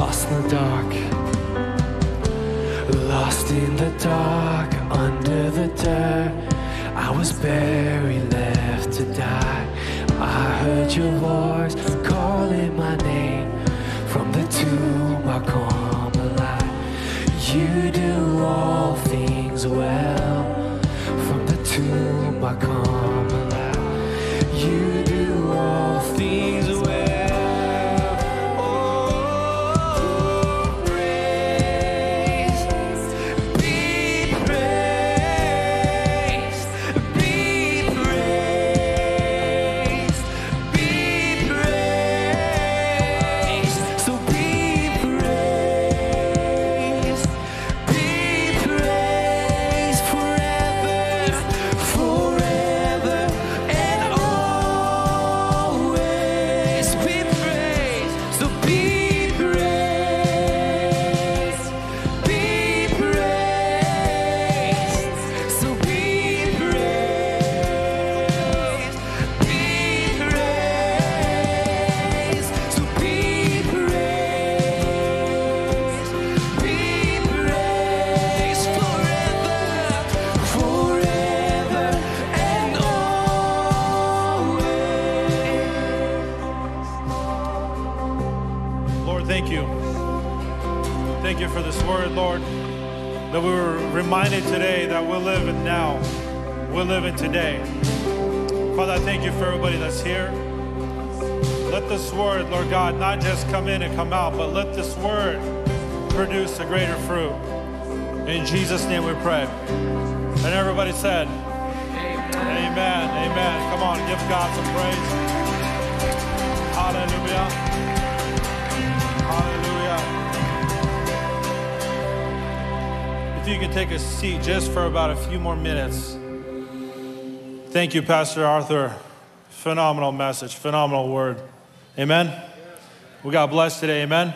S3: Lost in the dark. Lost in the dark, under the dirt, I was buried, left to die. I heard your voice calling my name from the tomb. I come alive. You do all things well. From the tomb, I come alive. You do all things well. Oh, praise. Be praised, be praised, be praised. So be praised, be praised forever, forever and always. Be praised, so be praised. Be praised, so be praised. Be praised, so be praised. Be praised forever, forever and always.
S4: Lord, thank you. Thank you for this word, Lord, that we were reminded today that we're living now. We're living today. Father, I thank you for everybody that's here. Let this word, Lord God, not just come in and come out, but let this word produce a greater fruit. In Jesus' name we pray. And everybody said, Amen. Amen. Amen. Come on, give God some praise. Hallelujah. Hallelujah. If you could take a seat just for about a few more minutes. Thank you, Pastor Arthur. Phenomenal message, phenomenal word. Amen. We got blessed today. Amen.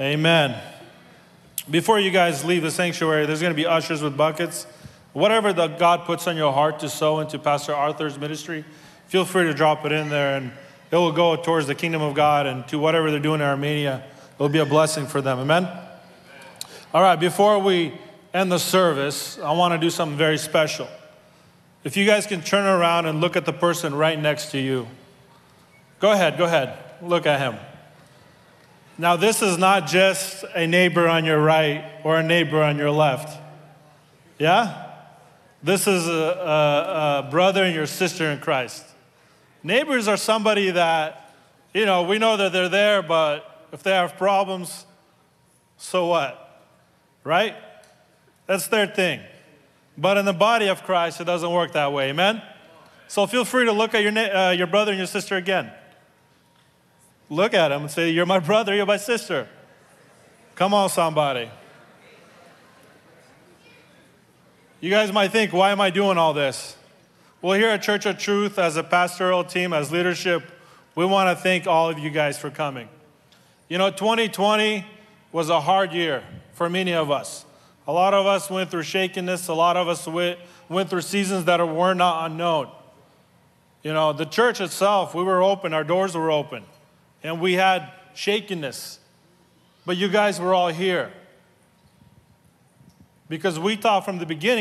S4: Amen. Before you guys leave the sanctuary, there's going to be ushers with buckets. Whatever the God puts on your heart to sow into Pastor Arthur's ministry, feel free to drop it in there and it will go towards the kingdom of God and to whatever they're doing in Armenia. It will be a blessing for them. Amen. All right, before we end the service, I want to do something very special. If you guys can turn around and look at the person right next to you, go ahead, go ahead, look at him. Now, this is not just a neighbor on your right or a neighbor on your left. Yeah? This is a, a, a brother and your sister in Christ. Neighbors are somebody that, you know, we know that they're there, but if they have problems, so what? Right? That's their thing. But in the body of Christ, it doesn't work that way. Amen? So feel free to look at your, na- uh, your brother and your sister again. Look at them and say, You're my brother, you're my sister. Come on, somebody. You guys might think, Why am I doing all this? Well, here at Church of Truth, as a pastoral team, as leadership, we want to thank all of you guys for coming. You know, 2020 was a hard year for many of us. A lot of us went through shakiness, a lot of us went, went through seasons that were not unknown. You know, the church itself, we were open, our doors were open, and we had shakiness. But you guys were all here because we thought from the beginning.